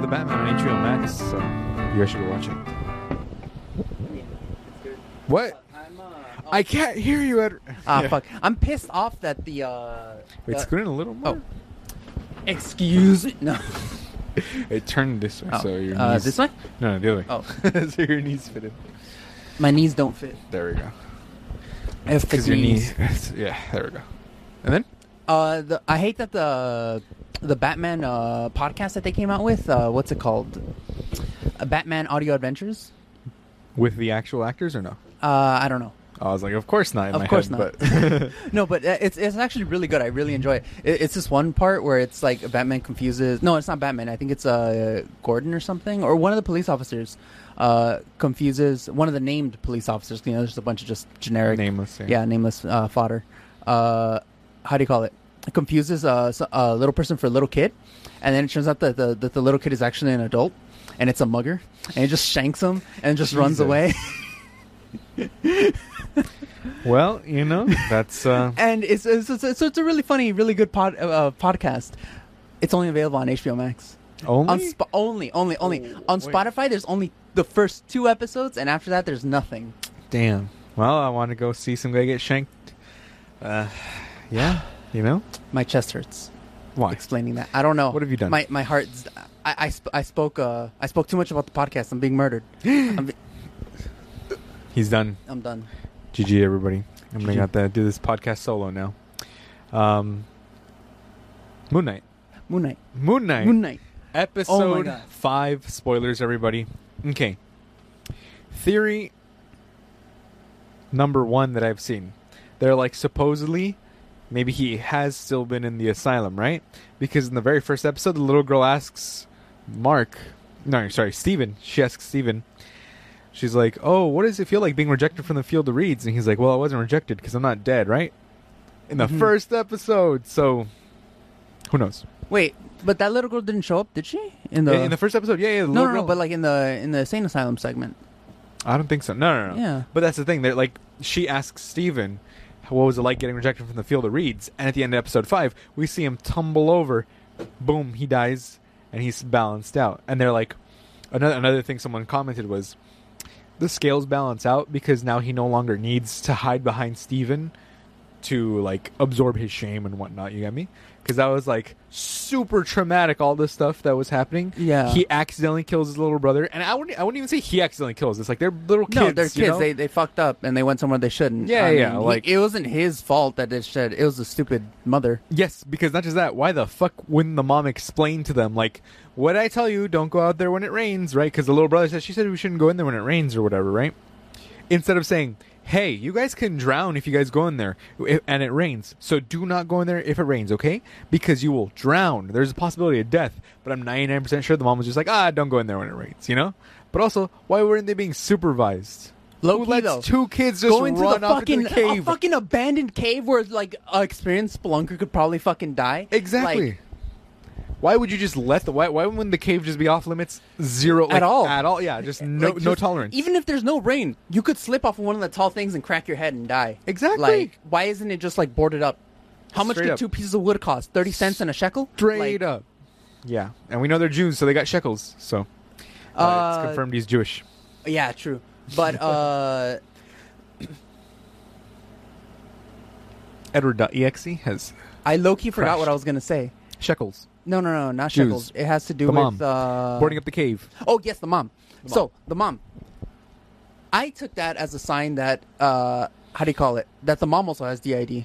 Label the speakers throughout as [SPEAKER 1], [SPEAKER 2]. [SPEAKER 1] documentary on Max, so you guys should go watch it.
[SPEAKER 2] What?
[SPEAKER 3] I'm, uh,
[SPEAKER 2] I can't hear you, Ed.
[SPEAKER 3] Ah,
[SPEAKER 2] Yeah.
[SPEAKER 3] fuck. I'm pissed off that the, uh...
[SPEAKER 2] Wait,
[SPEAKER 3] the-
[SPEAKER 2] scoot in a little more.
[SPEAKER 3] Oh. excuse me. No.
[SPEAKER 2] It turned this way,
[SPEAKER 3] Oh,
[SPEAKER 2] so your
[SPEAKER 3] uh,
[SPEAKER 2] knees.
[SPEAKER 3] this one?
[SPEAKER 2] No, no, the other way.
[SPEAKER 3] Oh.
[SPEAKER 2] so your knees fit in.
[SPEAKER 3] My knees don't fit.
[SPEAKER 2] There we go.
[SPEAKER 3] F the
[SPEAKER 2] Because your
[SPEAKER 3] knees.
[SPEAKER 2] knees. yeah, there we go. And then
[SPEAKER 3] Uh, the, I hate that the the Batman uh, podcast that they came out with. Uh, what's it called? Uh, Batman Audio Adventures.
[SPEAKER 2] with the actual actors or no?
[SPEAKER 3] Uh, I don't know.
[SPEAKER 2] I was like, of course not. In
[SPEAKER 3] Of
[SPEAKER 2] my
[SPEAKER 3] course
[SPEAKER 2] head,
[SPEAKER 3] not.
[SPEAKER 2] But
[SPEAKER 3] No, but uh, it's it's actually really good. I really enjoy it. it. It's this one part where it's like Batman confuses. No, it's not Batman. I think it's uh Gordon or something, or one of the police officers uh confuses one of the named police officers. You know, there's a bunch of just generic
[SPEAKER 2] nameless. Yeah.
[SPEAKER 3] yeah, nameless uh, fodder. Uh, how do you call it? It confuses uh, s- a little person for a little kid, and then it turns out that the, that the little kid is actually an adult, and it's a mugger, and it just shanks him and just runs
[SPEAKER 2] Jesus.
[SPEAKER 3] away.
[SPEAKER 2] Well, you know, that's uh,
[SPEAKER 3] and it's it's, it's, it's it's a really funny, really good pod, uh, podcast. It's only available on HBO Max.
[SPEAKER 2] only.
[SPEAKER 3] On Sp- only, only, only
[SPEAKER 2] Oh,
[SPEAKER 3] on
[SPEAKER 2] wait.
[SPEAKER 3] Spotify. There's only the first two episodes, and after that, there's nothing.
[SPEAKER 2] Damn. Well, I want to go see some guy get shanked. Uh, yeah. You know
[SPEAKER 3] My chest hurts.
[SPEAKER 2] why?
[SPEAKER 3] explaining that. I don't know.
[SPEAKER 2] What have you done?
[SPEAKER 3] Oh, My my heart's. I I, sp- I spoke uh I spoke too much about the podcast. I'm being murdered. I'm, be-
[SPEAKER 2] He's done.
[SPEAKER 3] I'm done.
[SPEAKER 2] GG, everybody. I'm gonna
[SPEAKER 3] GG.
[SPEAKER 2] have to do this podcast solo now. Um, Moon Knight.
[SPEAKER 3] Moon Knight.
[SPEAKER 2] Moon Knight.
[SPEAKER 3] Moon Knight.
[SPEAKER 2] Episode
[SPEAKER 3] Oh God.
[SPEAKER 2] five. Spoilers, everybody. Okay. Theory number one that I've seen. They're like supposedly, maybe he has still been in the asylum, right? Because in the very first episode, the little girl asks Mark, no, sorry, Steven. She asks Steven, she's like, Oh, what does it feel like being rejected from the field of reeds? And he's like, Well, I wasn't rejected because I'm not dead, right? In the
[SPEAKER 3] Mhm.
[SPEAKER 2] first episode. So, who knows?
[SPEAKER 3] Wait, but that little girl didn't show up, did she? In
[SPEAKER 2] In-
[SPEAKER 3] the,
[SPEAKER 2] in the first episode, yeah, yeah. the
[SPEAKER 3] no,
[SPEAKER 2] little
[SPEAKER 3] no, no,
[SPEAKER 2] girl-
[SPEAKER 3] but like in the in the insane asylum segment.
[SPEAKER 2] I don't think so. No, no, no.
[SPEAKER 3] Yeah.
[SPEAKER 2] But that's the thing. They're like, she asks Steven, what was it like getting rejected from the field of reeds? And at the end of episode five, we see him tumble over. Boom, he dies, and he's balanced out. And they're like, another, another thing someone commented was, the scales balance out because now he no longer needs to hide behind Steven to like absorb his shame and whatnot. You get me? Because that was like super traumatic. All this stuff that was happening.
[SPEAKER 3] Yeah.
[SPEAKER 2] he accidentally kills his little brother, and I wouldn't. I wouldn't even say he accidentally kills. It's like they're little kids.
[SPEAKER 3] no, they're kids.
[SPEAKER 2] you know?
[SPEAKER 3] They they fucked up and they went somewhere they shouldn't.
[SPEAKER 2] Yeah,
[SPEAKER 3] I
[SPEAKER 2] yeah,
[SPEAKER 3] mean, he-
[SPEAKER 2] like-
[SPEAKER 3] it wasn't his fault that it should. It was the stupid mother.
[SPEAKER 2] Yes, because not just that. Why the fuck wouldn't the mom explain to them like, "What I tell you, don't go out there when it rains," right? Because the little brother says she said we shouldn't go in there when it rains or whatever, right? Instead of saying, "Hey, you guys can drown if you guys go in there i- and it rains, so do not go in there if it rains, okay? Because you will drown. There's a possibility of death." But I'm 99% sure the mom was just like, "Ah, don't go in there when it rains," you know. But also, why weren't they being supervised?
[SPEAKER 3] Low
[SPEAKER 2] Who
[SPEAKER 3] key,
[SPEAKER 2] lets
[SPEAKER 3] though.
[SPEAKER 2] two kids just
[SPEAKER 3] Go into
[SPEAKER 2] run
[SPEAKER 3] the
[SPEAKER 2] off
[SPEAKER 3] fucking
[SPEAKER 2] into the cave?
[SPEAKER 3] a fucking abandoned cave where like an experienced spelunker could probably fucking die.
[SPEAKER 2] Exactly.
[SPEAKER 3] Like,
[SPEAKER 2] why would you just let the why? Why wouldn't the cave just be off limits? Zero
[SPEAKER 3] At
[SPEAKER 2] like,
[SPEAKER 3] all.
[SPEAKER 2] At all. Yeah. Just no
[SPEAKER 3] Like,
[SPEAKER 2] no
[SPEAKER 3] just-
[SPEAKER 2] tolerance.
[SPEAKER 3] Even if there's no rain, you could slip off of one of the tall things and crack your head and die.
[SPEAKER 2] Exactly.
[SPEAKER 3] Like, why isn't it just like boarded up? How much
[SPEAKER 2] Straight
[SPEAKER 3] did
[SPEAKER 2] up.
[SPEAKER 3] two pieces of wood cost? Thirty cents and a shekel.
[SPEAKER 2] straight
[SPEAKER 3] Like,
[SPEAKER 2] up. Yeah, and we know they're Jews, so they got shekels. So uh,
[SPEAKER 3] Uh,
[SPEAKER 2] it's confirmed he's Jewish.
[SPEAKER 3] Yeah, true. But uh,
[SPEAKER 2] Edward.exe E has
[SPEAKER 3] I low key forgot
[SPEAKER 2] Crashed.
[SPEAKER 3] what I was gonna say.
[SPEAKER 2] shekels
[SPEAKER 3] No, no, no, not
[SPEAKER 2] Jews.
[SPEAKER 3] shekels. It has to do
[SPEAKER 2] The
[SPEAKER 3] with
[SPEAKER 2] mom.
[SPEAKER 3] Uh,
[SPEAKER 2] boarding up the cave.
[SPEAKER 3] Oh yes, the mom. So the mom. I took that as a sign that uh, how do you call it? That the mom also has DID.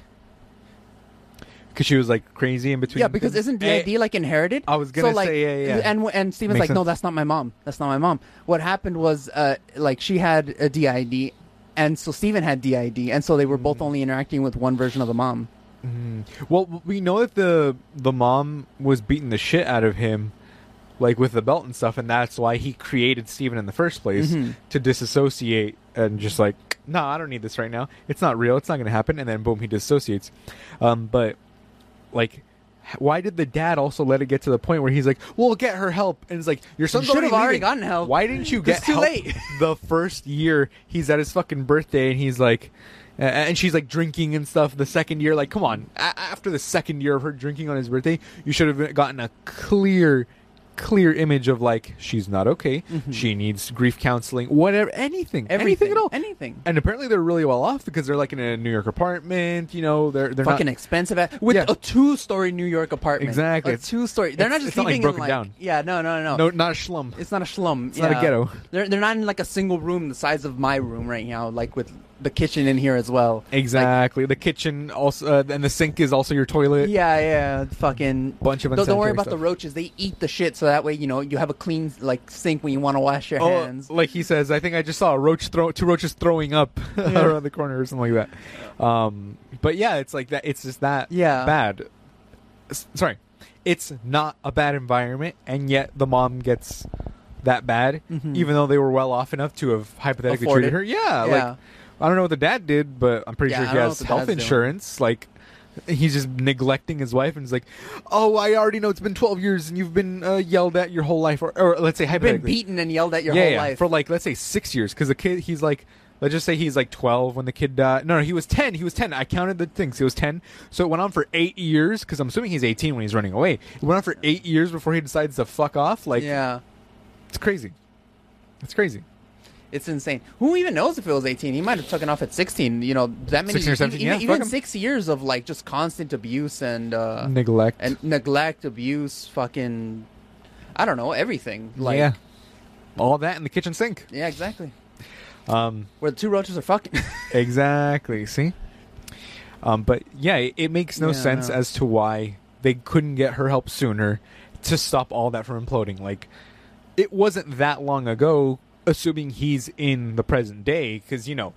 [SPEAKER 2] Because she was like crazy in between.
[SPEAKER 3] Yeah, because
[SPEAKER 2] things.
[SPEAKER 3] isn't
[SPEAKER 2] Eh,
[SPEAKER 3] DID like inherited?
[SPEAKER 2] I was gonna
[SPEAKER 3] so, like,
[SPEAKER 2] say, yeah, yeah, yeah.
[SPEAKER 3] And and Steven's
[SPEAKER 2] Makes
[SPEAKER 3] like, no,
[SPEAKER 2] sense.
[SPEAKER 3] that's not my mom. That's not my mom. What happened was, uh, like, she had a DID, and so Steven had DID, and so they were
[SPEAKER 2] Hmm.
[SPEAKER 3] both only interacting with one version of the mom.
[SPEAKER 2] Well, we know that the the mom was beating the shit out of him, like with the belt and stuff, and that's why he created Steven in the first place
[SPEAKER 3] Mm-hmm.
[SPEAKER 2] to disassociate and just like, no, I don't need this right now. It's not real. It's not going to happen. And then boom, he disassociates. Um, but like. h- Why did the dad also let it get to the point where he's like, "We'll get her help," and it's like, "Your son's
[SPEAKER 3] should have already
[SPEAKER 2] leaving.
[SPEAKER 3] gotten help.
[SPEAKER 2] Why didn't you
[SPEAKER 3] It's
[SPEAKER 2] get
[SPEAKER 3] too
[SPEAKER 2] help
[SPEAKER 3] late."
[SPEAKER 2] the first year he's at his fucking birthday and he's like a- and she's like drinking and stuff the second year like come on a- after the second year of her drinking on his birthday you should have gotten a clear clear image of like she's not okay, she needs grief counseling, whatever, anything,
[SPEAKER 3] Mm-hmm. Everything.
[SPEAKER 2] anything at all.
[SPEAKER 3] Anything.
[SPEAKER 2] and apparently they're really well off because they're like in a New York apartment. You know, they're they're
[SPEAKER 3] Fucking
[SPEAKER 2] not,
[SPEAKER 3] expensive at, with
[SPEAKER 2] Yeah.
[SPEAKER 3] a two-story New York apartment.
[SPEAKER 2] Exactly.
[SPEAKER 3] A
[SPEAKER 2] It's-
[SPEAKER 3] two-story. They're
[SPEAKER 2] it's-
[SPEAKER 3] not
[SPEAKER 2] it's
[SPEAKER 3] just
[SPEAKER 2] not, like,
[SPEAKER 3] living in
[SPEAKER 2] broken
[SPEAKER 3] like.
[SPEAKER 2] down.
[SPEAKER 3] Yeah. No. No. No.
[SPEAKER 2] no, not a slum.
[SPEAKER 3] It's not a slum. It's
[SPEAKER 2] not a ghetto.
[SPEAKER 3] They're they're not in like a single room the size of my room right now. Like with the kitchen in here as well.
[SPEAKER 2] Exactly. the kitchen also uh, and the sink is also your toilet.
[SPEAKER 3] Yeah, yeah, fucking
[SPEAKER 2] Bunch of
[SPEAKER 3] Don't, don't
[SPEAKER 2] unsanitary
[SPEAKER 3] worry about the
[SPEAKER 2] stuff.
[SPEAKER 3] roaches; they eat the shit, so that way you know you have a clean like sink when you want to wash your
[SPEAKER 2] Oh,
[SPEAKER 3] hands.
[SPEAKER 2] like he says, I think I just saw a roach throw two roaches throwing up around the corner or something like that. Um, but yeah, it's like that. It's just that
[SPEAKER 3] Yeah.
[SPEAKER 2] bad. S- sorry, it's not a bad environment, and yet the mom gets that bad, even though they were well off enough to have hypothetically
[SPEAKER 3] Mm-hmm. Afford
[SPEAKER 2] treated
[SPEAKER 3] it.
[SPEAKER 2] her. Yeah,
[SPEAKER 3] Yeah.
[SPEAKER 2] like I don't know what the dad did, but I'm pretty
[SPEAKER 3] Yeah,
[SPEAKER 2] sure
[SPEAKER 3] I
[SPEAKER 2] he
[SPEAKER 3] don't know
[SPEAKER 2] has
[SPEAKER 3] what the
[SPEAKER 2] health
[SPEAKER 3] dad's doing.
[SPEAKER 2] insurance. Like. He's just neglecting his wife, and he's like, "Oh, I already know it's been twelve years, and you've been uh, yelled at your whole life, or, or let's say
[SPEAKER 3] You've been
[SPEAKER 2] hypothetically,
[SPEAKER 3] beaten and yelled at your
[SPEAKER 2] yeah,
[SPEAKER 3] whole
[SPEAKER 2] yeah,
[SPEAKER 3] life.
[SPEAKER 2] for like let's say six years because the kid he's like let's just say he's like 12 when the kid died no no he was 10 he was 10 i counted the things he was 10 so it went on for eight years because i'm assuming he's 18 when he's running away it went on for eight years before he decides to fuck off like
[SPEAKER 3] yeah,
[SPEAKER 2] it's crazy it's crazy
[SPEAKER 3] it's insane. Who even knows if it was eighteen? He might have taken off at sixteen. You know that many
[SPEAKER 2] 16 or 17,
[SPEAKER 3] even,
[SPEAKER 2] yeah,
[SPEAKER 3] even
[SPEAKER 2] fuck Mm. 'em.
[SPEAKER 3] six years of like just constant abuse and uh,
[SPEAKER 2] neglect
[SPEAKER 3] and neglect, abuse, fucking, I don't know, everything. Like,
[SPEAKER 2] yeah all that in the kitchen sink
[SPEAKER 3] yeah, exactly.
[SPEAKER 2] um
[SPEAKER 3] Where the two roaches are fucking.
[SPEAKER 2] exactly see um but yeah it, it makes no
[SPEAKER 3] Yeah,
[SPEAKER 2] sense
[SPEAKER 3] no.
[SPEAKER 2] as to why they couldn't get her help sooner to stop all that from imploding like it wasn't that long ago assuming he's in the present day because you know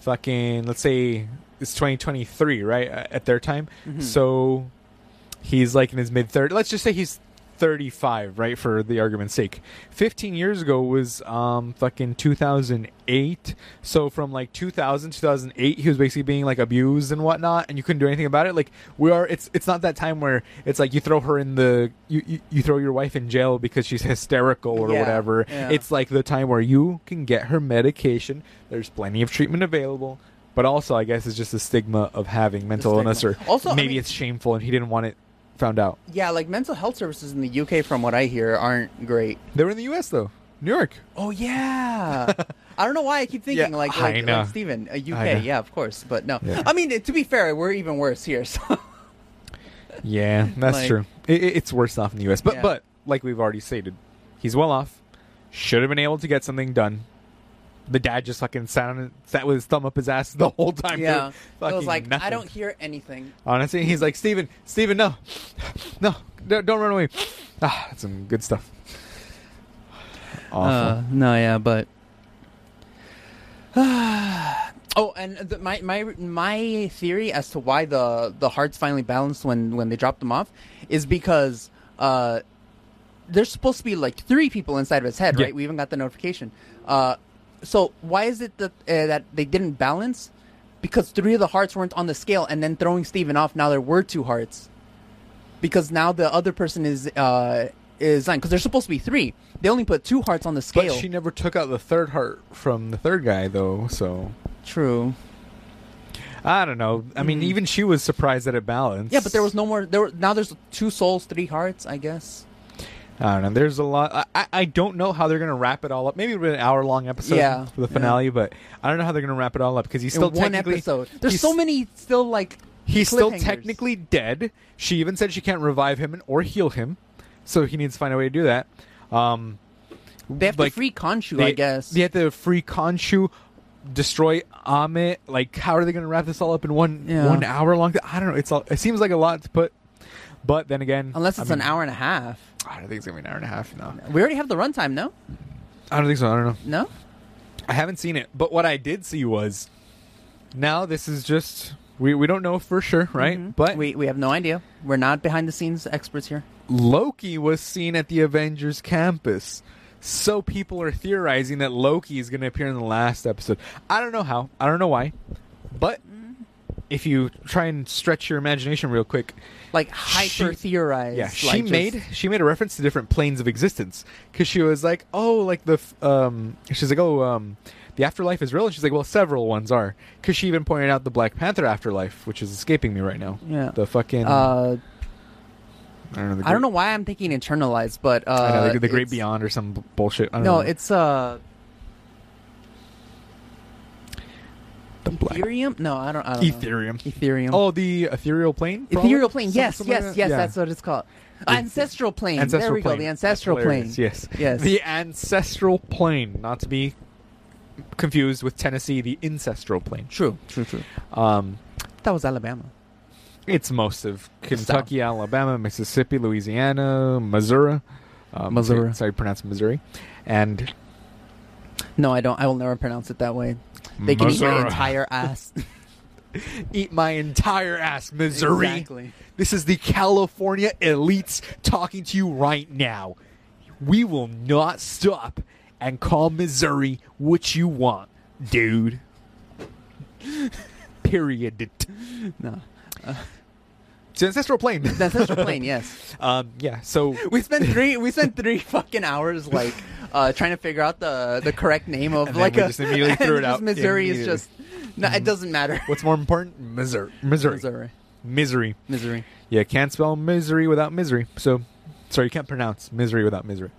[SPEAKER 2] fucking let's say it's 2023 right uh, at their time
[SPEAKER 3] Mm-hmm.
[SPEAKER 2] so he's like in his mid 30s let's just say he's 35 right for the argument's sake 15 years ago was um fucking 2008 so from like 2000 2008 he was basically being like abused and whatnot and you couldn't do anything about it like we are it's it's not that time where it's like you throw her in the you you, you throw your wife in jail because she's hysterical or
[SPEAKER 3] Yeah,
[SPEAKER 2] whatever
[SPEAKER 3] yeah.
[SPEAKER 2] it's like the time where you can get her medication there's plenty of treatment available but also i guess it's just the stigma of having mental illness or
[SPEAKER 3] stigma. Also, I
[SPEAKER 2] maybe
[SPEAKER 3] mean-
[SPEAKER 2] it's shameful and he didn't want it found out
[SPEAKER 3] Yeah, like mental health services in the UK, from what I hear, aren't great.
[SPEAKER 2] They were in the U.S. though, New York.
[SPEAKER 3] Oh yeah, I don't know why I keep thinking
[SPEAKER 2] Yeah,
[SPEAKER 3] like
[SPEAKER 2] I
[SPEAKER 3] like,
[SPEAKER 2] know.
[SPEAKER 3] like Steven, uh,
[SPEAKER 2] I know.
[SPEAKER 3] UK. Yeah, of course, but no.
[SPEAKER 2] Yeah.
[SPEAKER 3] I mean, to be fair, we're even worse here. So
[SPEAKER 2] Yeah, that's
[SPEAKER 3] Like-
[SPEAKER 2] true. It, it- it's worse off in the U.S. But
[SPEAKER 3] Yeah.
[SPEAKER 2] but like we've already stated, he's well off. Should have been able to get something done. The dad just fucking sat, sat with his thumb up his ass the whole time.
[SPEAKER 3] yeah,
[SPEAKER 2] doing
[SPEAKER 3] I was
[SPEAKER 2] fucking
[SPEAKER 3] like, I
[SPEAKER 2] nothing.
[SPEAKER 3] don't hear anything.
[SPEAKER 2] Honestly, he's like, Steven, Steven, no, no, don't don't run away. Ah, that's some good stuff. Awful.
[SPEAKER 3] Uh, no, yeah, but. Oh, and the, my my my theory as to why the the hearts finally balanced when when they dropped them off is because uh, there's supposed to be like three people inside of his head,
[SPEAKER 2] Yeah.
[SPEAKER 3] right? We even got the notification. Uh, so why is it that uh, that they didn't balance? Because three of the hearts weren't on the scale, and then throwing Steven off. Now there were two hearts, because now the other person is uh is on because there's supposed to be three. They only put two hearts on the
[SPEAKER 2] but
[SPEAKER 3] scale.
[SPEAKER 2] she never took out the third heart from the third guy though, so
[SPEAKER 3] True.
[SPEAKER 2] I don't know. I mean, even she was surprised that it balanced.
[SPEAKER 3] Hmm. Yeah, but there was no more. There were, now there's two souls, three hearts. I guess.
[SPEAKER 2] I don't know. There's a lot. I- I, I don't know how they're gonna wrap it all up. Maybe it'll be an hour long episode
[SPEAKER 3] Yeah,
[SPEAKER 2] for the finale, but I don't know how they're gonna wrap it all up because he's still
[SPEAKER 3] in one
[SPEAKER 2] technically-
[SPEAKER 3] episode. There's
[SPEAKER 2] he's-
[SPEAKER 3] so many still like.
[SPEAKER 2] He's still
[SPEAKER 3] cliffhangers.
[SPEAKER 2] technically dead. She even said she can't revive him and- or heal him, so he needs to find a way to do that. Um,
[SPEAKER 3] They have
[SPEAKER 2] like,
[SPEAKER 3] to free Khonshu,
[SPEAKER 2] they,
[SPEAKER 3] I guess.
[SPEAKER 2] they have to free Khonshu, destroy Amit. Like, how are they gonna wrap this all up in one
[SPEAKER 3] Yeah.
[SPEAKER 2] one hour long? I don't know. It's all. It seems like a lot to put. But then again,
[SPEAKER 3] Unless
[SPEAKER 2] I
[SPEAKER 3] it's an
[SPEAKER 2] mean,
[SPEAKER 3] hour and a half.
[SPEAKER 2] I don't think it's gonna be an hour and a half. No,
[SPEAKER 3] We already have the runtime, no?
[SPEAKER 2] I don't think so. I don't know.
[SPEAKER 3] No?
[SPEAKER 2] I haven't seen it, but what I did see was now this is just we, we don't know for sure, right? But
[SPEAKER 3] Mm-hmm. We, we have no idea. We're not behind the scenes experts here.
[SPEAKER 2] Loki was seen at the Avengers campus. So people are theorizing that Loki is going to appear in the last episode. I don't know how. I don't know why. But if you try and stretch your imagination real quick,
[SPEAKER 3] Like
[SPEAKER 2] She-
[SPEAKER 3] hyper theorized.
[SPEAKER 2] yeah, she
[SPEAKER 3] like, just-
[SPEAKER 2] made she made a reference to different planes of existence because she was like, oh, like the f- um, she's like, oh, um, the afterlife is real, and she's like, well, several ones are because she even pointed out the Black Panther afterlife, which is escaping me right now.
[SPEAKER 3] Yeah.
[SPEAKER 2] the fucking
[SPEAKER 3] Uh,
[SPEAKER 2] I don't know. The
[SPEAKER 3] I don't know why I'm thinking internalized, but uh,
[SPEAKER 2] I know, the, the Great
[SPEAKER 3] it's-
[SPEAKER 2] Beyond or some b- bullshit. I don't
[SPEAKER 3] No,
[SPEAKER 2] know.
[SPEAKER 3] it's uh,
[SPEAKER 2] the black
[SPEAKER 3] Ethereum. No, I don't. I don't know.
[SPEAKER 2] Ethereum.
[SPEAKER 3] Ethereum.
[SPEAKER 2] Oh, the ethereal plane. problem?
[SPEAKER 3] ethereal plane.
[SPEAKER 2] Some-
[SPEAKER 3] Yes,
[SPEAKER 2] something like
[SPEAKER 3] yes,
[SPEAKER 2] that?
[SPEAKER 3] yes.
[SPEAKER 2] Yeah.
[SPEAKER 3] That's what it's called. Ancestral plane. there
[SPEAKER 2] Ancestral
[SPEAKER 3] we
[SPEAKER 2] plane.
[SPEAKER 3] go. The ancestral plane.
[SPEAKER 2] Hilarious, Yes.
[SPEAKER 3] Yes.
[SPEAKER 2] The ancestral plane, not to be confused with Tennessee, the ancestral plane.
[SPEAKER 3] True. True. True.
[SPEAKER 2] Um,
[SPEAKER 3] That was Alabama.
[SPEAKER 2] it's most of Kentucky, Alabama, Mississippi, Louisiana, Missouri. Um,
[SPEAKER 3] Missouri.
[SPEAKER 2] Sorry, sorry, pronounce Missouri, and
[SPEAKER 3] No, I don't. I will never pronounce it that way. They can eat my
[SPEAKER 2] Missouri.
[SPEAKER 3] entire ass.
[SPEAKER 2] eat my entire ass, Missouri.
[SPEAKER 3] Exactly.
[SPEAKER 2] This is the California elites talking to you right now. We will not stop and call Missouri what you want, dude. Period.
[SPEAKER 3] No.
[SPEAKER 2] It's an ancestral plane.
[SPEAKER 3] The ancestral plane. Yes.
[SPEAKER 2] um, yeah. So
[SPEAKER 3] We spent three. We spent three fucking hours like uh, trying to figure out the the correct name of
[SPEAKER 2] And then
[SPEAKER 3] like
[SPEAKER 2] we
[SPEAKER 3] a.
[SPEAKER 2] just immediately threw it
[SPEAKER 3] just
[SPEAKER 2] out.
[SPEAKER 3] Missouri is
[SPEAKER 2] Immediately.
[SPEAKER 3] just. No, it doesn't matter.
[SPEAKER 2] what's more important? Missouri. Missouri.
[SPEAKER 3] Missouri.
[SPEAKER 2] Misery.
[SPEAKER 3] Missouri.
[SPEAKER 2] Yeah, can't spell misery without misery. So, sorry, you can't pronounce misery without misery.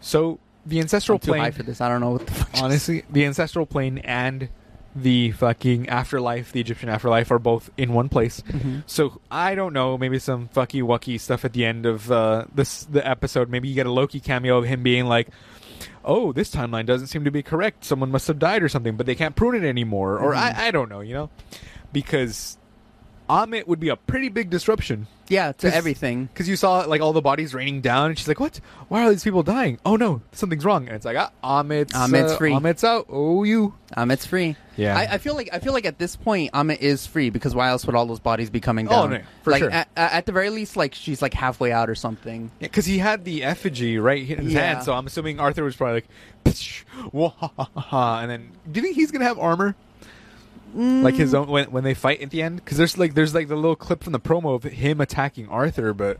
[SPEAKER 2] So the ancestral
[SPEAKER 3] I'm too high
[SPEAKER 2] plane.
[SPEAKER 3] for this. I don't know what the fuck.
[SPEAKER 2] honestly, the ancestral plane and the fucking afterlife, the Egyptian afterlife, are both in one place.
[SPEAKER 3] Mm-hmm.
[SPEAKER 2] So I don't know, maybe some fucky wucky stuff at the end of uh, this the episode. Maybe you get a Loki cameo of him being like, "Oh, this timeline doesn't seem to be correct. Someone must have died or something, but they can't prune it anymore." Or
[SPEAKER 3] Mm-hmm.
[SPEAKER 2] I, I don't know, you know, because Amit would be a pretty big disruption.
[SPEAKER 3] Yeah, to
[SPEAKER 2] 'Cause-
[SPEAKER 3] everything.
[SPEAKER 2] Because you saw like all the bodies raining down, and she's like, "What? Why are these people dying? Oh no, something's wrong." And it's like, ah, Amit's,
[SPEAKER 3] Ahmed's
[SPEAKER 2] uh,
[SPEAKER 3] free.
[SPEAKER 2] Amit's out. Oh, you.
[SPEAKER 3] Um, it's free.
[SPEAKER 2] Yeah.
[SPEAKER 3] I, I feel like I feel like at this point, Amit is free because why else would all those bodies be coming
[SPEAKER 2] Oh,
[SPEAKER 3] down?
[SPEAKER 2] no, for
[SPEAKER 3] like
[SPEAKER 2] sure.
[SPEAKER 3] at, at the very least, like she's like halfway out or something.
[SPEAKER 2] Because he had the effigy right in his
[SPEAKER 3] Yeah.
[SPEAKER 2] hand, so I'm assuming Arthur was probably like, "Psh, wah, ha, ha, ha, ha," and then do you think he's gonna have armor?
[SPEAKER 3] Mm.
[SPEAKER 2] Like his own when when they fight at the end, because there's like there's like the little clip from the promo of him attacking Arthur, but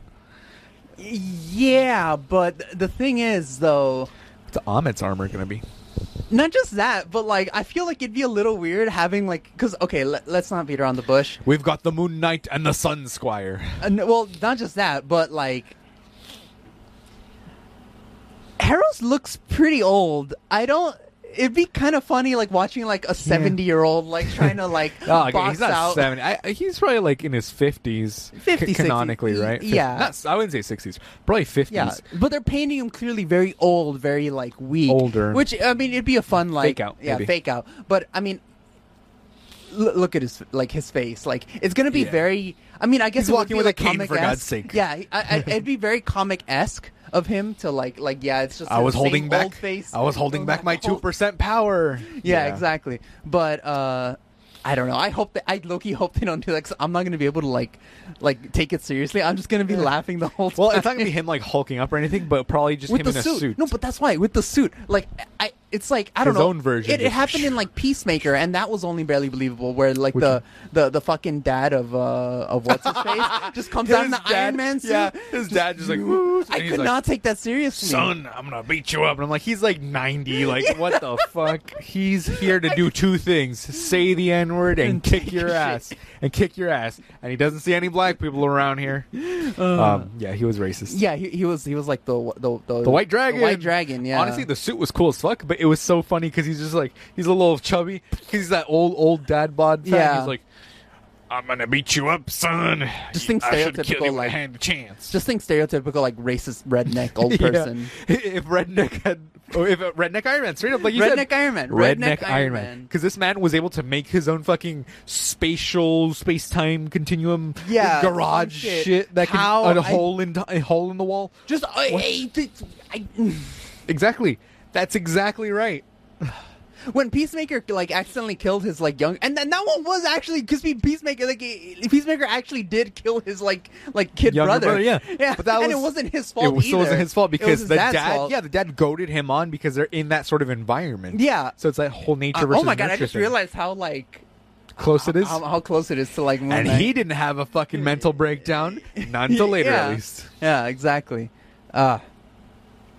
[SPEAKER 3] Yeah, but th- the thing is though,
[SPEAKER 2] what's Ahmed's armor gonna be?
[SPEAKER 3] not just that, but like I feel like it'd be a little weird having like because okay, let, let's not beat around the bush.
[SPEAKER 2] We've got the Moon Knight and the Sun Squire.
[SPEAKER 3] Uh, n- well, not just that, but like. Harold's looks pretty old. I don't. It'd be kind of funny, like watching like a seventy-year-old like trying to like
[SPEAKER 2] Oh, okay.
[SPEAKER 3] box
[SPEAKER 2] he's not
[SPEAKER 3] out.
[SPEAKER 2] seventy. I, I- he's probably like in his fifties,
[SPEAKER 3] 50, 60.
[SPEAKER 2] canonically, right? Fif-
[SPEAKER 3] Yeah.
[SPEAKER 2] not, I wouldn't say sixties. Probably fifties.
[SPEAKER 3] Yeah, but they're painting him clearly very old, very like weak,
[SPEAKER 2] Older.
[SPEAKER 3] Which I mean, it'd be a fun like
[SPEAKER 2] Fake out,
[SPEAKER 3] yeah,
[SPEAKER 2] maybe.
[SPEAKER 3] fake out. But I mean, l- look at his like his face. Like it's gonna be
[SPEAKER 2] Yeah.
[SPEAKER 3] very. I mean, I guess
[SPEAKER 2] He's
[SPEAKER 3] it would
[SPEAKER 2] walking
[SPEAKER 3] be,
[SPEAKER 2] with a
[SPEAKER 3] like,
[SPEAKER 2] cane, for
[SPEAKER 3] comic-esque.
[SPEAKER 2] God's sake.
[SPEAKER 3] Yeah, I, I, it'd be very comic esque of him to like like yeah. It's just
[SPEAKER 2] I was
[SPEAKER 3] the same
[SPEAKER 2] holding back.
[SPEAKER 3] old face.
[SPEAKER 2] I was holding back my two
[SPEAKER 3] Hold-
[SPEAKER 2] percent power.
[SPEAKER 3] Yeah, exactly. But uh I don't know. I hope that I Loki hope they don't do that. i I'm not gonna be able to like like take it seriously. I'm just gonna be laughing the whole time.
[SPEAKER 2] Well, it's not gonna be him like hulking up or anything, but probably just
[SPEAKER 3] with
[SPEAKER 2] him
[SPEAKER 3] the
[SPEAKER 2] in a
[SPEAKER 3] suit.
[SPEAKER 2] suit.
[SPEAKER 3] No, but that's why with the suit, like I, it's like I don't
[SPEAKER 2] His
[SPEAKER 3] know.
[SPEAKER 2] own version
[SPEAKER 3] It, it
[SPEAKER 2] just-
[SPEAKER 3] happened in like Peacemaker, and that was only barely believable. Where like
[SPEAKER 2] Which
[SPEAKER 3] the, the the fucking dad of uh of what's his face just comes out in the
[SPEAKER 2] His dad-
[SPEAKER 3] Iron Man suit.
[SPEAKER 2] Yeah, his dad just like, "Woo," and
[SPEAKER 3] I
[SPEAKER 2] he's
[SPEAKER 3] could
[SPEAKER 2] like,
[SPEAKER 3] not take that seriously,
[SPEAKER 2] Son, I'm gonna beat you up, and I'm like, he's like 90. Like, what the fuck? He's here to do two things: say the N word and,
[SPEAKER 3] And
[SPEAKER 2] kick
[SPEAKER 3] take
[SPEAKER 2] your
[SPEAKER 3] your shit.
[SPEAKER 2] ass, and kick your ass. And he doesn't see any black people around here. um, yeah, he was racist.
[SPEAKER 3] Uh. Yeah, he, he was he was like the the the,
[SPEAKER 2] The White Dragon.
[SPEAKER 3] The White Dragon. Yeah.
[SPEAKER 2] Honestly, the suit was cool as fuck, but it was so funny because he's just like he's a little chubby because he's that old old dad bod. fat, and
[SPEAKER 3] Yeah.
[SPEAKER 2] He's like, I'm gonna beat you up, son.
[SPEAKER 3] Just think
[SPEAKER 2] I should kill
[SPEAKER 3] stereotypical,
[SPEAKER 2] you when I
[SPEAKER 3] like-
[SPEAKER 2] had the chance.
[SPEAKER 3] just think stereotypical like racist redneck old
[SPEAKER 2] Yeah.
[SPEAKER 3] person.
[SPEAKER 2] If redneck had, or if redneck Iron Man, straight up like you said,
[SPEAKER 3] Redneck Iron Man. Redneck Iron Man.
[SPEAKER 2] Because this man was able to make his own fucking spatial space time continuum,
[SPEAKER 3] Yeah,
[SPEAKER 2] garage
[SPEAKER 3] some shit.
[SPEAKER 2] shit. that can
[SPEAKER 3] How
[SPEAKER 2] a
[SPEAKER 3] I-
[SPEAKER 2] hole in a hole in the wall.
[SPEAKER 3] Just I, I, I
[SPEAKER 2] Exactly. That's exactly right.
[SPEAKER 3] when Peacemaker like accidentally killed his like young, and then that one was actually because Peacemaker like he- Peacemaker actually did kill his like like kid
[SPEAKER 2] Younger
[SPEAKER 3] brother.
[SPEAKER 2] brother, yeah.
[SPEAKER 3] yeah,
[SPEAKER 2] But that
[SPEAKER 3] and
[SPEAKER 2] was-
[SPEAKER 3] it wasn't his fault.
[SPEAKER 2] it was,
[SPEAKER 3] either.
[SPEAKER 2] still wasn't his fault
[SPEAKER 3] It was
[SPEAKER 2] because
[SPEAKER 3] his
[SPEAKER 2] the
[SPEAKER 3] dad's
[SPEAKER 2] dad,
[SPEAKER 3] fault.
[SPEAKER 2] yeah, the dad goaded him on because they're in that sort of environment.
[SPEAKER 3] Yeah.
[SPEAKER 2] so it's that whole nature
[SPEAKER 3] Uh,
[SPEAKER 2] versus
[SPEAKER 3] oh my god, I
[SPEAKER 2] nurture
[SPEAKER 3] just
[SPEAKER 2] thing.
[SPEAKER 3] realized how like
[SPEAKER 2] close it is,
[SPEAKER 3] how, how close it is to like. Moon
[SPEAKER 2] and
[SPEAKER 3] Knight.
[SPEAKER 2] he didn't have a fucking mental breakdown, not until later
[SPEAKER 3] yeah.
[SPEAKER 2] at least.
[SPEAKER 3] Yeah, exactly. Uh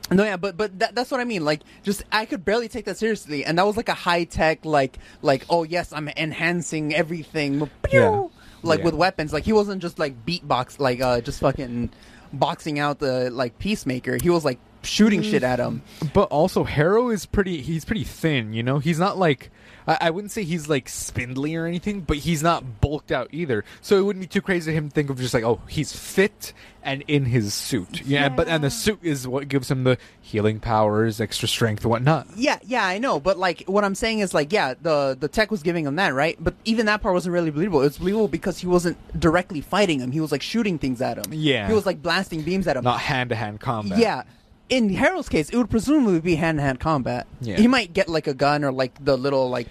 [SPEAKER 3] no, yeah, but but that, that's what I mean. Like, just I could barely take that seriously, and that was like a high tech, like like oh yes, I'm enhancing everything,
[SPEAKER 2] Yeah.
[SPEAKER 3] like
[SPEAKER 2] Yeah.
[SPEAKER 3] with weapons. Like he wasn't just like beatbox, like uh just fucking boxing out the like peacemaker. He was like shooting shit at him.
[SPEAKER 2] But also, Harrow is pretty. He's pretty thin. You know, he's not like. I, I wouldn't say he's like spindly or anything, but he's not bulked out either. So it wouldn't be too crazy to him to think of just like, oh, he's fit and in his suit. Yeah, but and the suit is what gives him the healing powers, extra strength, whatnot.
[SPEAKER 3] Yeah, yeah, I know. But like, what I'm saying is like, yeah, the the tech was giving him that, right? But even that part wasn't really believable. It's believable because he wasn't directly fighting him. He was like shooting things at him.
[SPEAKER 2] Yeah.
[SPEAKER 3] he was like blasting beams at him.
[SPEAKER 2] Not hand to hand combat.
[SPEAKER 3] Yeah. In Harold's case, it would presumably be hand to hand combat.
[SPEAKER 2] Yeah.
[SPEAKER 3] He might get like a gun or like the little like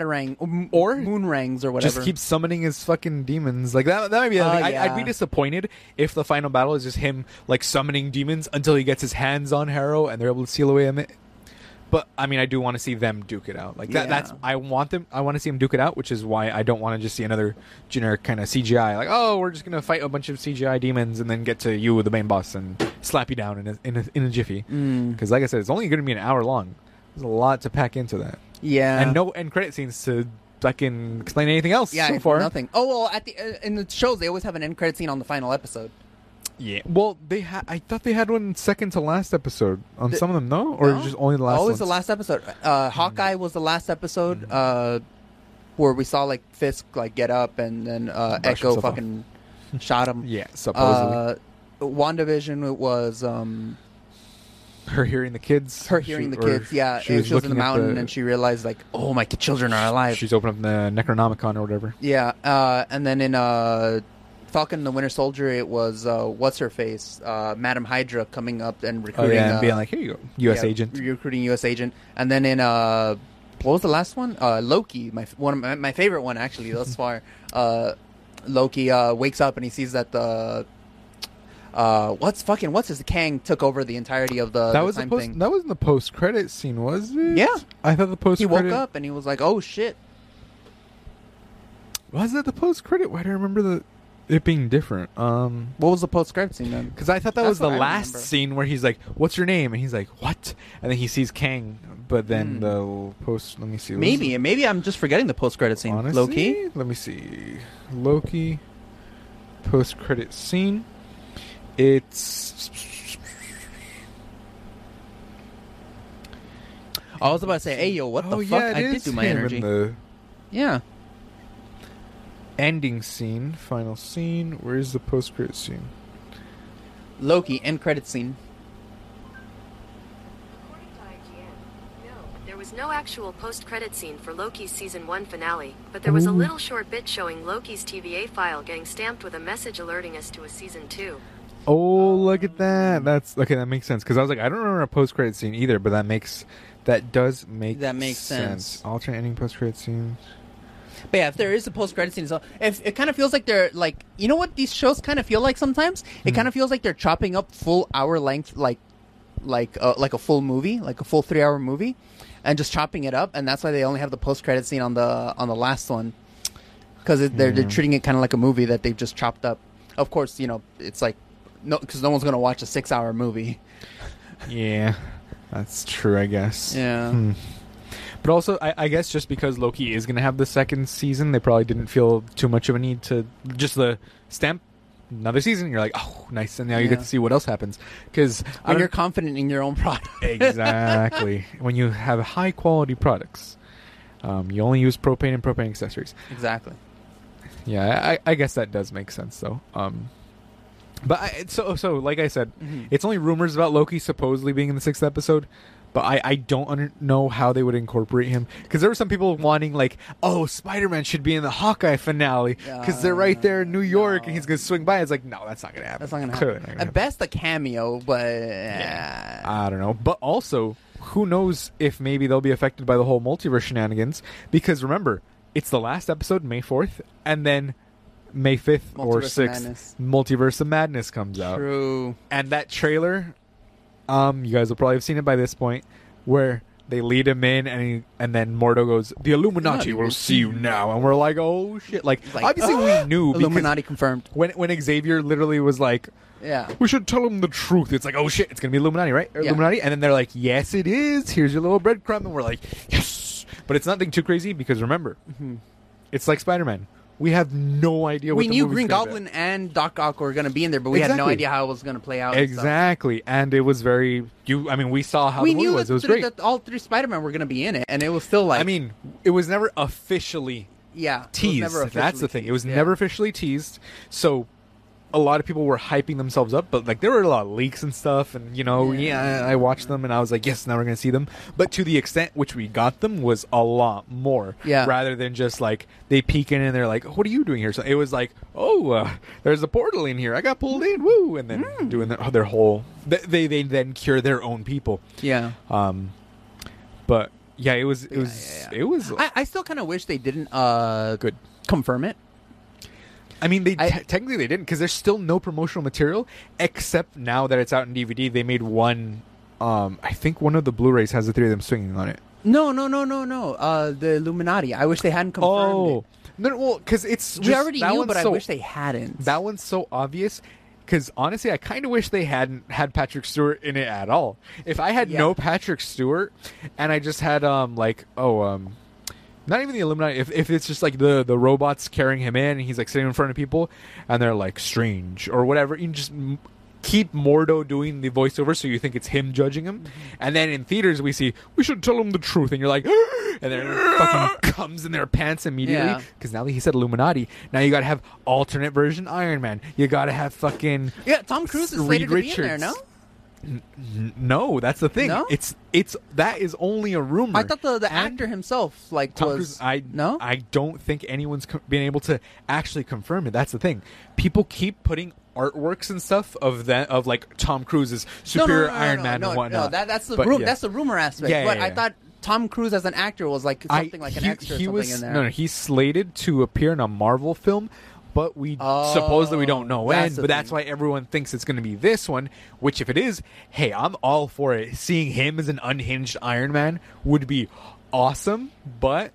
[SPEAKER 3] batarang or moon rings or whatever.
[SPEAKER 2] Just keep summoning his fucking demons. Like that. That might be. the
[SPEAKER 3] Oh,
[SPEAKER 2] thing. I, I'd
[SPEAKER 3] yeah.
[SPEAKER 2] be disappointed if the final battle is just him like summoning demons until he gets his hands on Harrow and they're able to seal away Emmett. But I mean, I do want to see them duke it out. Like that.
[SPEAKER 3] Yeah.
[SPEAKER 2] That's I want them. I want to see them duke it out, which is why I don't want to just see another generic kind of CGI. Like, oh, we're just gonna fight a bunch of CGI demons and then get to you, the main boss, and slap you down in a, in a, in a jiffy.
[SPEAKER 3] Mm.
[SPEAKER 2] Because, like I said, it's only gonna be an hour long. There's a lot to pack into that
[SPEAKER 3] yeah.
[SPEAKER 2] and no end credit scenes to fucking explain anything else
[SPEAKER 3] yeah,
[SPEAKER 2] so far.
[SPEAKER 3] nothing. Oh well, at the uh, in the shows they always have an end credit scene on the final episode.
[SPEAKER 2] Yeah. Well, they ha- I thought they had one second to last episode on
[SPEAKER 3] The-
[SPEAKER 2] some of them, no, or
[SPEAKER 3] No?
[SPEAKER 2] just only the last.
[SPEAKER 3] Always the
[SPEAKER 2] ones? Mm-hmm.
[SPEAKER 3] last episode. Uh, Hawkeye was the last episode uh, where we saw like Fisk like get up and then uh,
[SPEAKER 2] Brush
[SPEAKER 3] Echo
[SPEAKER 2] himself off.
[SPEAKER 3] fucking shot him.
[SPEAKER 2] Yeah, supposedly
[SPEAKER 3] Uh, WandaVision was um,
[SPEAKER 2] her hearing the kids,
[SPEAKER 3] her hearing
[SPEAKER 2] She-
[SPEAKER 3] the
[SPEAKER 2] or
[SPEAKER 3] kids. Yeah,
[SPEAKER 2] she
[SPEAKER 3] and
[SPEAKER 2] was,
[SPEAKER 3] she was in the
[SPEAKER 2] looking at
[SPEAKER 3] mountain and she realized like, oh my children are alive.
[SPEAKER 2] She's opening up the Necronomicon or whatever.
[SPEAKER 3] Yeah, uh, and then in uh, Falcon and the Winter Soldier, it was uh, what's her face, uh, Madam Hydra, coming up and
[SPEAKER 2] Oh
[SPEAKER 3] recruiting.
[SPEAKER 2] yeah, and
[SPEAKER 3] uh,
[SPEAKER 2] being like, here you go, U.S.
[SPEAKER 3] yeah,
[SPEAKER 2] agent.
[SPEAKER 3] recruiting U.S. agent, and then in uh, what was the last one? Uh, Loki, my f- one, of my, my favorite one actually thus far. Uh, Loki uh, wakes up and he sees that the. Uh, what's fucking what's his Kang took over the entirety of the,
[SPEAKER 2] That
[SPEAKER 3] the
[SPEAKER 2] was the
[SPEAKER 3] time
[SPEAKER 2] post.
[SPEAKER 3] thing.
[SPEAKER 2] That was in the post credit scene, was it?
[SPEAKER 3] Yeah.
[SPEAKER 2] I thought the post.
[SPEAKER 3] he woke up and he was like, "Oh shit!"
[SPEAKER 2] Was that the post credit? Why do I remember the it being different? Um,
[SPEAKER 3] What was the post script scene then?
[SPEAKER 2] Because I thought that
[SPEAKER 3] That's
[SPEAKER 2] was the
[SPEAKER 3] what I
[SPEAKER 2] last
[SPEAKER 3] remember.
[SPEAKER 2] scene where he's like, "What's your name?" and he's like, "What?" and then he sees Kang. But then
[SPEAKER 3] Hmm.
[SPEAKER 2] the post. Let me see. was
[SPEAKER 3] Maybe,
[SPEAKER 2] it
[SPEAKER 3] maybe I'm just forgetting the post credit scene.
[SPEAKER 2] honestly?
[SPEAKER 3] Loki.
[SPEAKER 2] Let me see. Loki. Post credit scene. It's.
[SPEAKER 3] I was about to say, "Hey, yo, what
[SPEAKER 2] oh,
[SPEAKER 3] the
[SPEAKER 2] yeah,
[SPEAKER 3] fuck?"
[SPEAKER 2] it
[SPEAKER 3] I did
[SPEAKER 2] is
[SPEAKER 3] do my
[SPEAKER 2] him in
[SPEAKER 3] energy.
[SPEAKER 2] the
[SPEAKER 3] Yeah,
[SPEAKER 2] ending scene, final scene. Where is the post credit scene?
[SPEAKER 3] Loki end credit scene.
[SPEAKER 4] According to IGN, no, there was no actual post-credit scene for Loki's season 1 finale, but there was a little short bit showing Loki's TVA file getting stamped with a message alerting us to a season 2.
[SPEAKER 2] Oh, look at that. That's okay. That makes sense. Because I was like, I don't remember a post credit scene either, but that makes that does make
[SPEAKER 3] That makes sense.
[SPEAKER 2] Alternate ending post credit scenes.
[SPEAKER 3] But yeah, if there is a post credit scene, as well, if it kind of feels like they're like, you know what these shows kind of feel like sometimes. It kind of feels like they're chopping up full hour length, like, like, uh, like a full movie, like a full three hour movie, and just chopping it up. And that's why they only have the post credit scene on the on the last one, because they're they're treating it kind of like a movie that they've just chopped up. Of course, you know it's like no, because no one's gonna watch a six hour movie.
[SPEAKER 2] Yeah, that's true. I guess.
[SPEAKER 3] Yeah.
[SPEAKER 2] Hmm. But also, I, I guess just because Loki is going to have the second season, they probably didn't feel too much of a need to just the stamp another season. You're like, oh, nice, and now you
[SPEAKER 3] Yeah.
[SPEAKER 2] get to see what else happens. Because
[SPEAKER 3] When you're confident in your own product.
[SPEAKER 2] exactly when you have high quality products, um, you only use propane and propane accessories.
[SPEAKER 3] exactly.
[SPEAKER 2] Yeah, I, I guess that does make sense though. Um, but I, so so like I said,
[SPEAKER 3] Mm-hmm.
[SPEAKER 2] it's only rumors about Loki supposedly being in the sixth episode. But I, I don't under, know how they would incorporate him because there were some people wanting like oh Spider Man should be in the Hawkeye finale because they're right there in New York
[SPEAKER 3] Uh, no.
[SPEAKER 2] and he's gonna swing by. It's like no, that's not gonna happen.
[SPEAKER 3] That's not gonna
[SPEAKER 2] Clearly
[SPEAKER 3] happen.
[SPEAKER 2] not gonna
[SPEAKER 3] At best, a cameo, but uh,
[SPEAKER 2] I don't know. But also, who knows if maybe they'll be affected by the whole multiverse shenanigans? Because remember, it's the last episode, May 4th, and then May 5th or
[SPEAKER 3] Multiverse of
[SPEAKER 2] 6th,
[SPEAKER 3] Madness.
[SPEAKER 2] Multiverse of Madness comes out.
[SPEAKER 3] true.
[SPEAKER 2] And that trailer, um, you guys will probably have seen it by this point, where they lead him in and he, and then Mordo goes, The Illuminati
[SPEAKER 3] Illuminati
[SPEAKER 2] will
[SPEAKER 3] will
[SPEAKER 2] see you now. And we're like, oh shit. Like,
[SPEAKER 3] Like,
[SPEAKER 2] obviously we knew because
[SPEAKER 3] Illuminati confirmed.
[SPEAKER 2] when, when Xavier literally was like,
[SPEAKER 3] Yeah.
[SPEAKER 2] we should tell them the truth. It's like, oh shit, it's gonna be Illuminati, right? Or
[SPEAKER 3] Yeah.
[SPEAKER 2] Illuminati, and then they're like, yes, it is. Here's your little breadcrumb, and we're like, yes. But it's nothing too crazy because remember, it's like Spider Man. We have no idea. What
[SPEAKER 3] Mm-hmm. we
[SPEAKER 2] the
[SPEAKER 3] knew
[SPEAKER 2] movie's
[SPEAKER 3] Green
[SPEAKER 2] gonna be.
[SPEAKER 3] Goblin and Doc Ock were going to be in there, but we had no
[SPEAKER 2] Exactly.
[SPEAKER 3] idea how it was going to play out. and stuff.
[SPEAKER 2] Exactly, and it was very. You, I mean, we saw how
[SPEAKER 3] We
[SPEAKER 2] the movie
[SPEAKER 3] knew
[SPEAKER 2] was. It was
[SPEAKER 3] th-
[SPEAKER 2] great.
[SPEAKER 3] that all three Spider-Man were going to be in it, and it was still like,
[SPEAKER 2] I mean, it was never officially
[SPEAKER 3] yeah, it was
[SPEAKER 2] teased.
[SPEAKER 3] never
[SPEAKER 2] That's the
[SPEAKER 3] officially
[SPEAKER 2] thing. It was
[SPEAKER 3] teased, yeah.
[SPEAKER 2] never officially teased. So a lot of people were hyping themselves up, but like there were a lot of leaks and stuff. And you know, yeah, I I watched them and I was like, yes, now we're gonna see them. But to the extent which we got them was a lot more.
[SPEAKER 3] Yeah.
[SPEAKER 2] Rather than just like they peek in and they're like, what are you doing here? So it was like, oh, uh, there's a portal in here. I got pulled in. Woo! And then
[SPEAKER 3] Hmm.
[SPEAKER 2] doing their, their whole. They, they they then cure their own people.
[SPEAKER 3] Yeah,
[SPEAKER 2] Um, but yeah, it was it was
[SPEAKER 3] yeah, yeah.
[SPEAKER 2] it was. I,
[SPEAKER 3] I, I still kind of wish they didn't uh
[SPEAKER 2] Good.
[SPEAKER 3] confirm it.
[SPEAKER 2] mean, they
[SPEAKER 3] I-
[SPEAKER 2] te- technically they didn't because there's still no promotional material except now that it's out in DVD. They made one. Um, I think one of the Blu-rays has the three of them swinging on it.
[SPEAKER 3] No, no, no, no, no. Uh, the Illuminati. I wish they hadn't confirmed it.
[SPEAKER 2] no, no, well, because it's Oh.
[SPEAKER 3] we
[SPEAKER 2] just-
[SPEAKER 3] already
[SPEAKER 2] that
[SPEAKER 3] knew,
[SPEAKER 2] one's
[SPEAKER 3] but I
[SPEAKER 2] so-
[SPEAKER 3] wish they hadn't.
[SPEAKER 2] that one's so obvious. Because honestly, I kind of wish they hadn't had Patrick Stewart in it at all. If I had
[SPEAKER 3] Yeah.
[SPEAKER 2] no Patrick Stewart, and I just had um like oh um, not even the Illuminati. If, if it's just like the the robots carrying him in, and he's like sitting in front of people, and they're like strange or whatever, you can just m- keep Mordo doing the voiceover, so you think it's him judging him.
[SPEAKER 3] Mm-hmm.
[SPEAKER 2] And then in theaters, we see we should tell him the truth, and you're like, and then it fucking comes in their pants immediately
[SPEAKER 3] Yeah.
[SPEAKER 2] because now that he said Illuminati, now you gotta have alternate version Iron Man. You gotta have fucking
[SPEAKER 3] yeah, Tom Cruise is slated
[SPEAKER 2] Reed
[SPEAKER 3] to be in there.
[SPEAKER 2] Richards.
[SPEAKER 3] No,
[SPEAKER 2] N- no. That's the thing.
[SPEAKER 3] No?
[SPEAKER 2] It's it's that is only a rumor.
[SPEAKER 3] I thought the the
[SPEAKER 2] And
[SPEAKER 3] actor himself like
[SPEAKER 2] Tom
[SPEAKER 3] was
[SPEAKER 2] Cruise. I
[SPEAKER 3] no.
[SPEAKER 2] I don't think anyone's co- been able to actually confirm it. That's the thing. People keep putting artworks and stuff of that of like Tom Cruise's
[SPEAKER 3] No, no,
[SPEAKER 2] superior
[SPEAKER 3] no, no,
[SPEAKER 2] Iron
[SPEAKER 3] no,
[SPEAKER 2] Man
[SPEAKER 3] no,
[SPEAKER 2] and
[SPEAKER 3] no,
[SPEAKER 2] whatnot.
[SPEAKER 3] that- that's the
[SPEAKER 2] But
[SPEAKER 3] rum-
[SPEAKER 2] yeah.
[SPEAKER 3] that's the rumor aspect.
[SPEAKER 2] Yeah, yeah,
[SPEAKER 3] but I
[SPEAKER 2] yeah.
[SPEAKER 3] thought Tom Cruise as an actor was like
[SPEAKER 2] I-
[SPEAKER 3] something like an
[SPEAKER 2] he-
[SPEAKER 3] extra or
[SPEAKER 2] he
[SPEAKER 3] something
[SPEAKER 2] was,
[SPEAKER 3] in there.
[SPEAKER 2] No, no, he's slated to appear in a Marvel film, but we supposedly we don't know
[SPEAKER 3] Oh,
[SPEAKER 2] when.
[SPEAKER 3] that's the
[SPEAKER 2] but that's
[SPEAKER 3] thing.
[SPEAKER 2] why everyone thinks it's going to be this one. Which, if it is, hey, I'm all for it. Seeing him as an unhinged Iron Man would be awesome, but.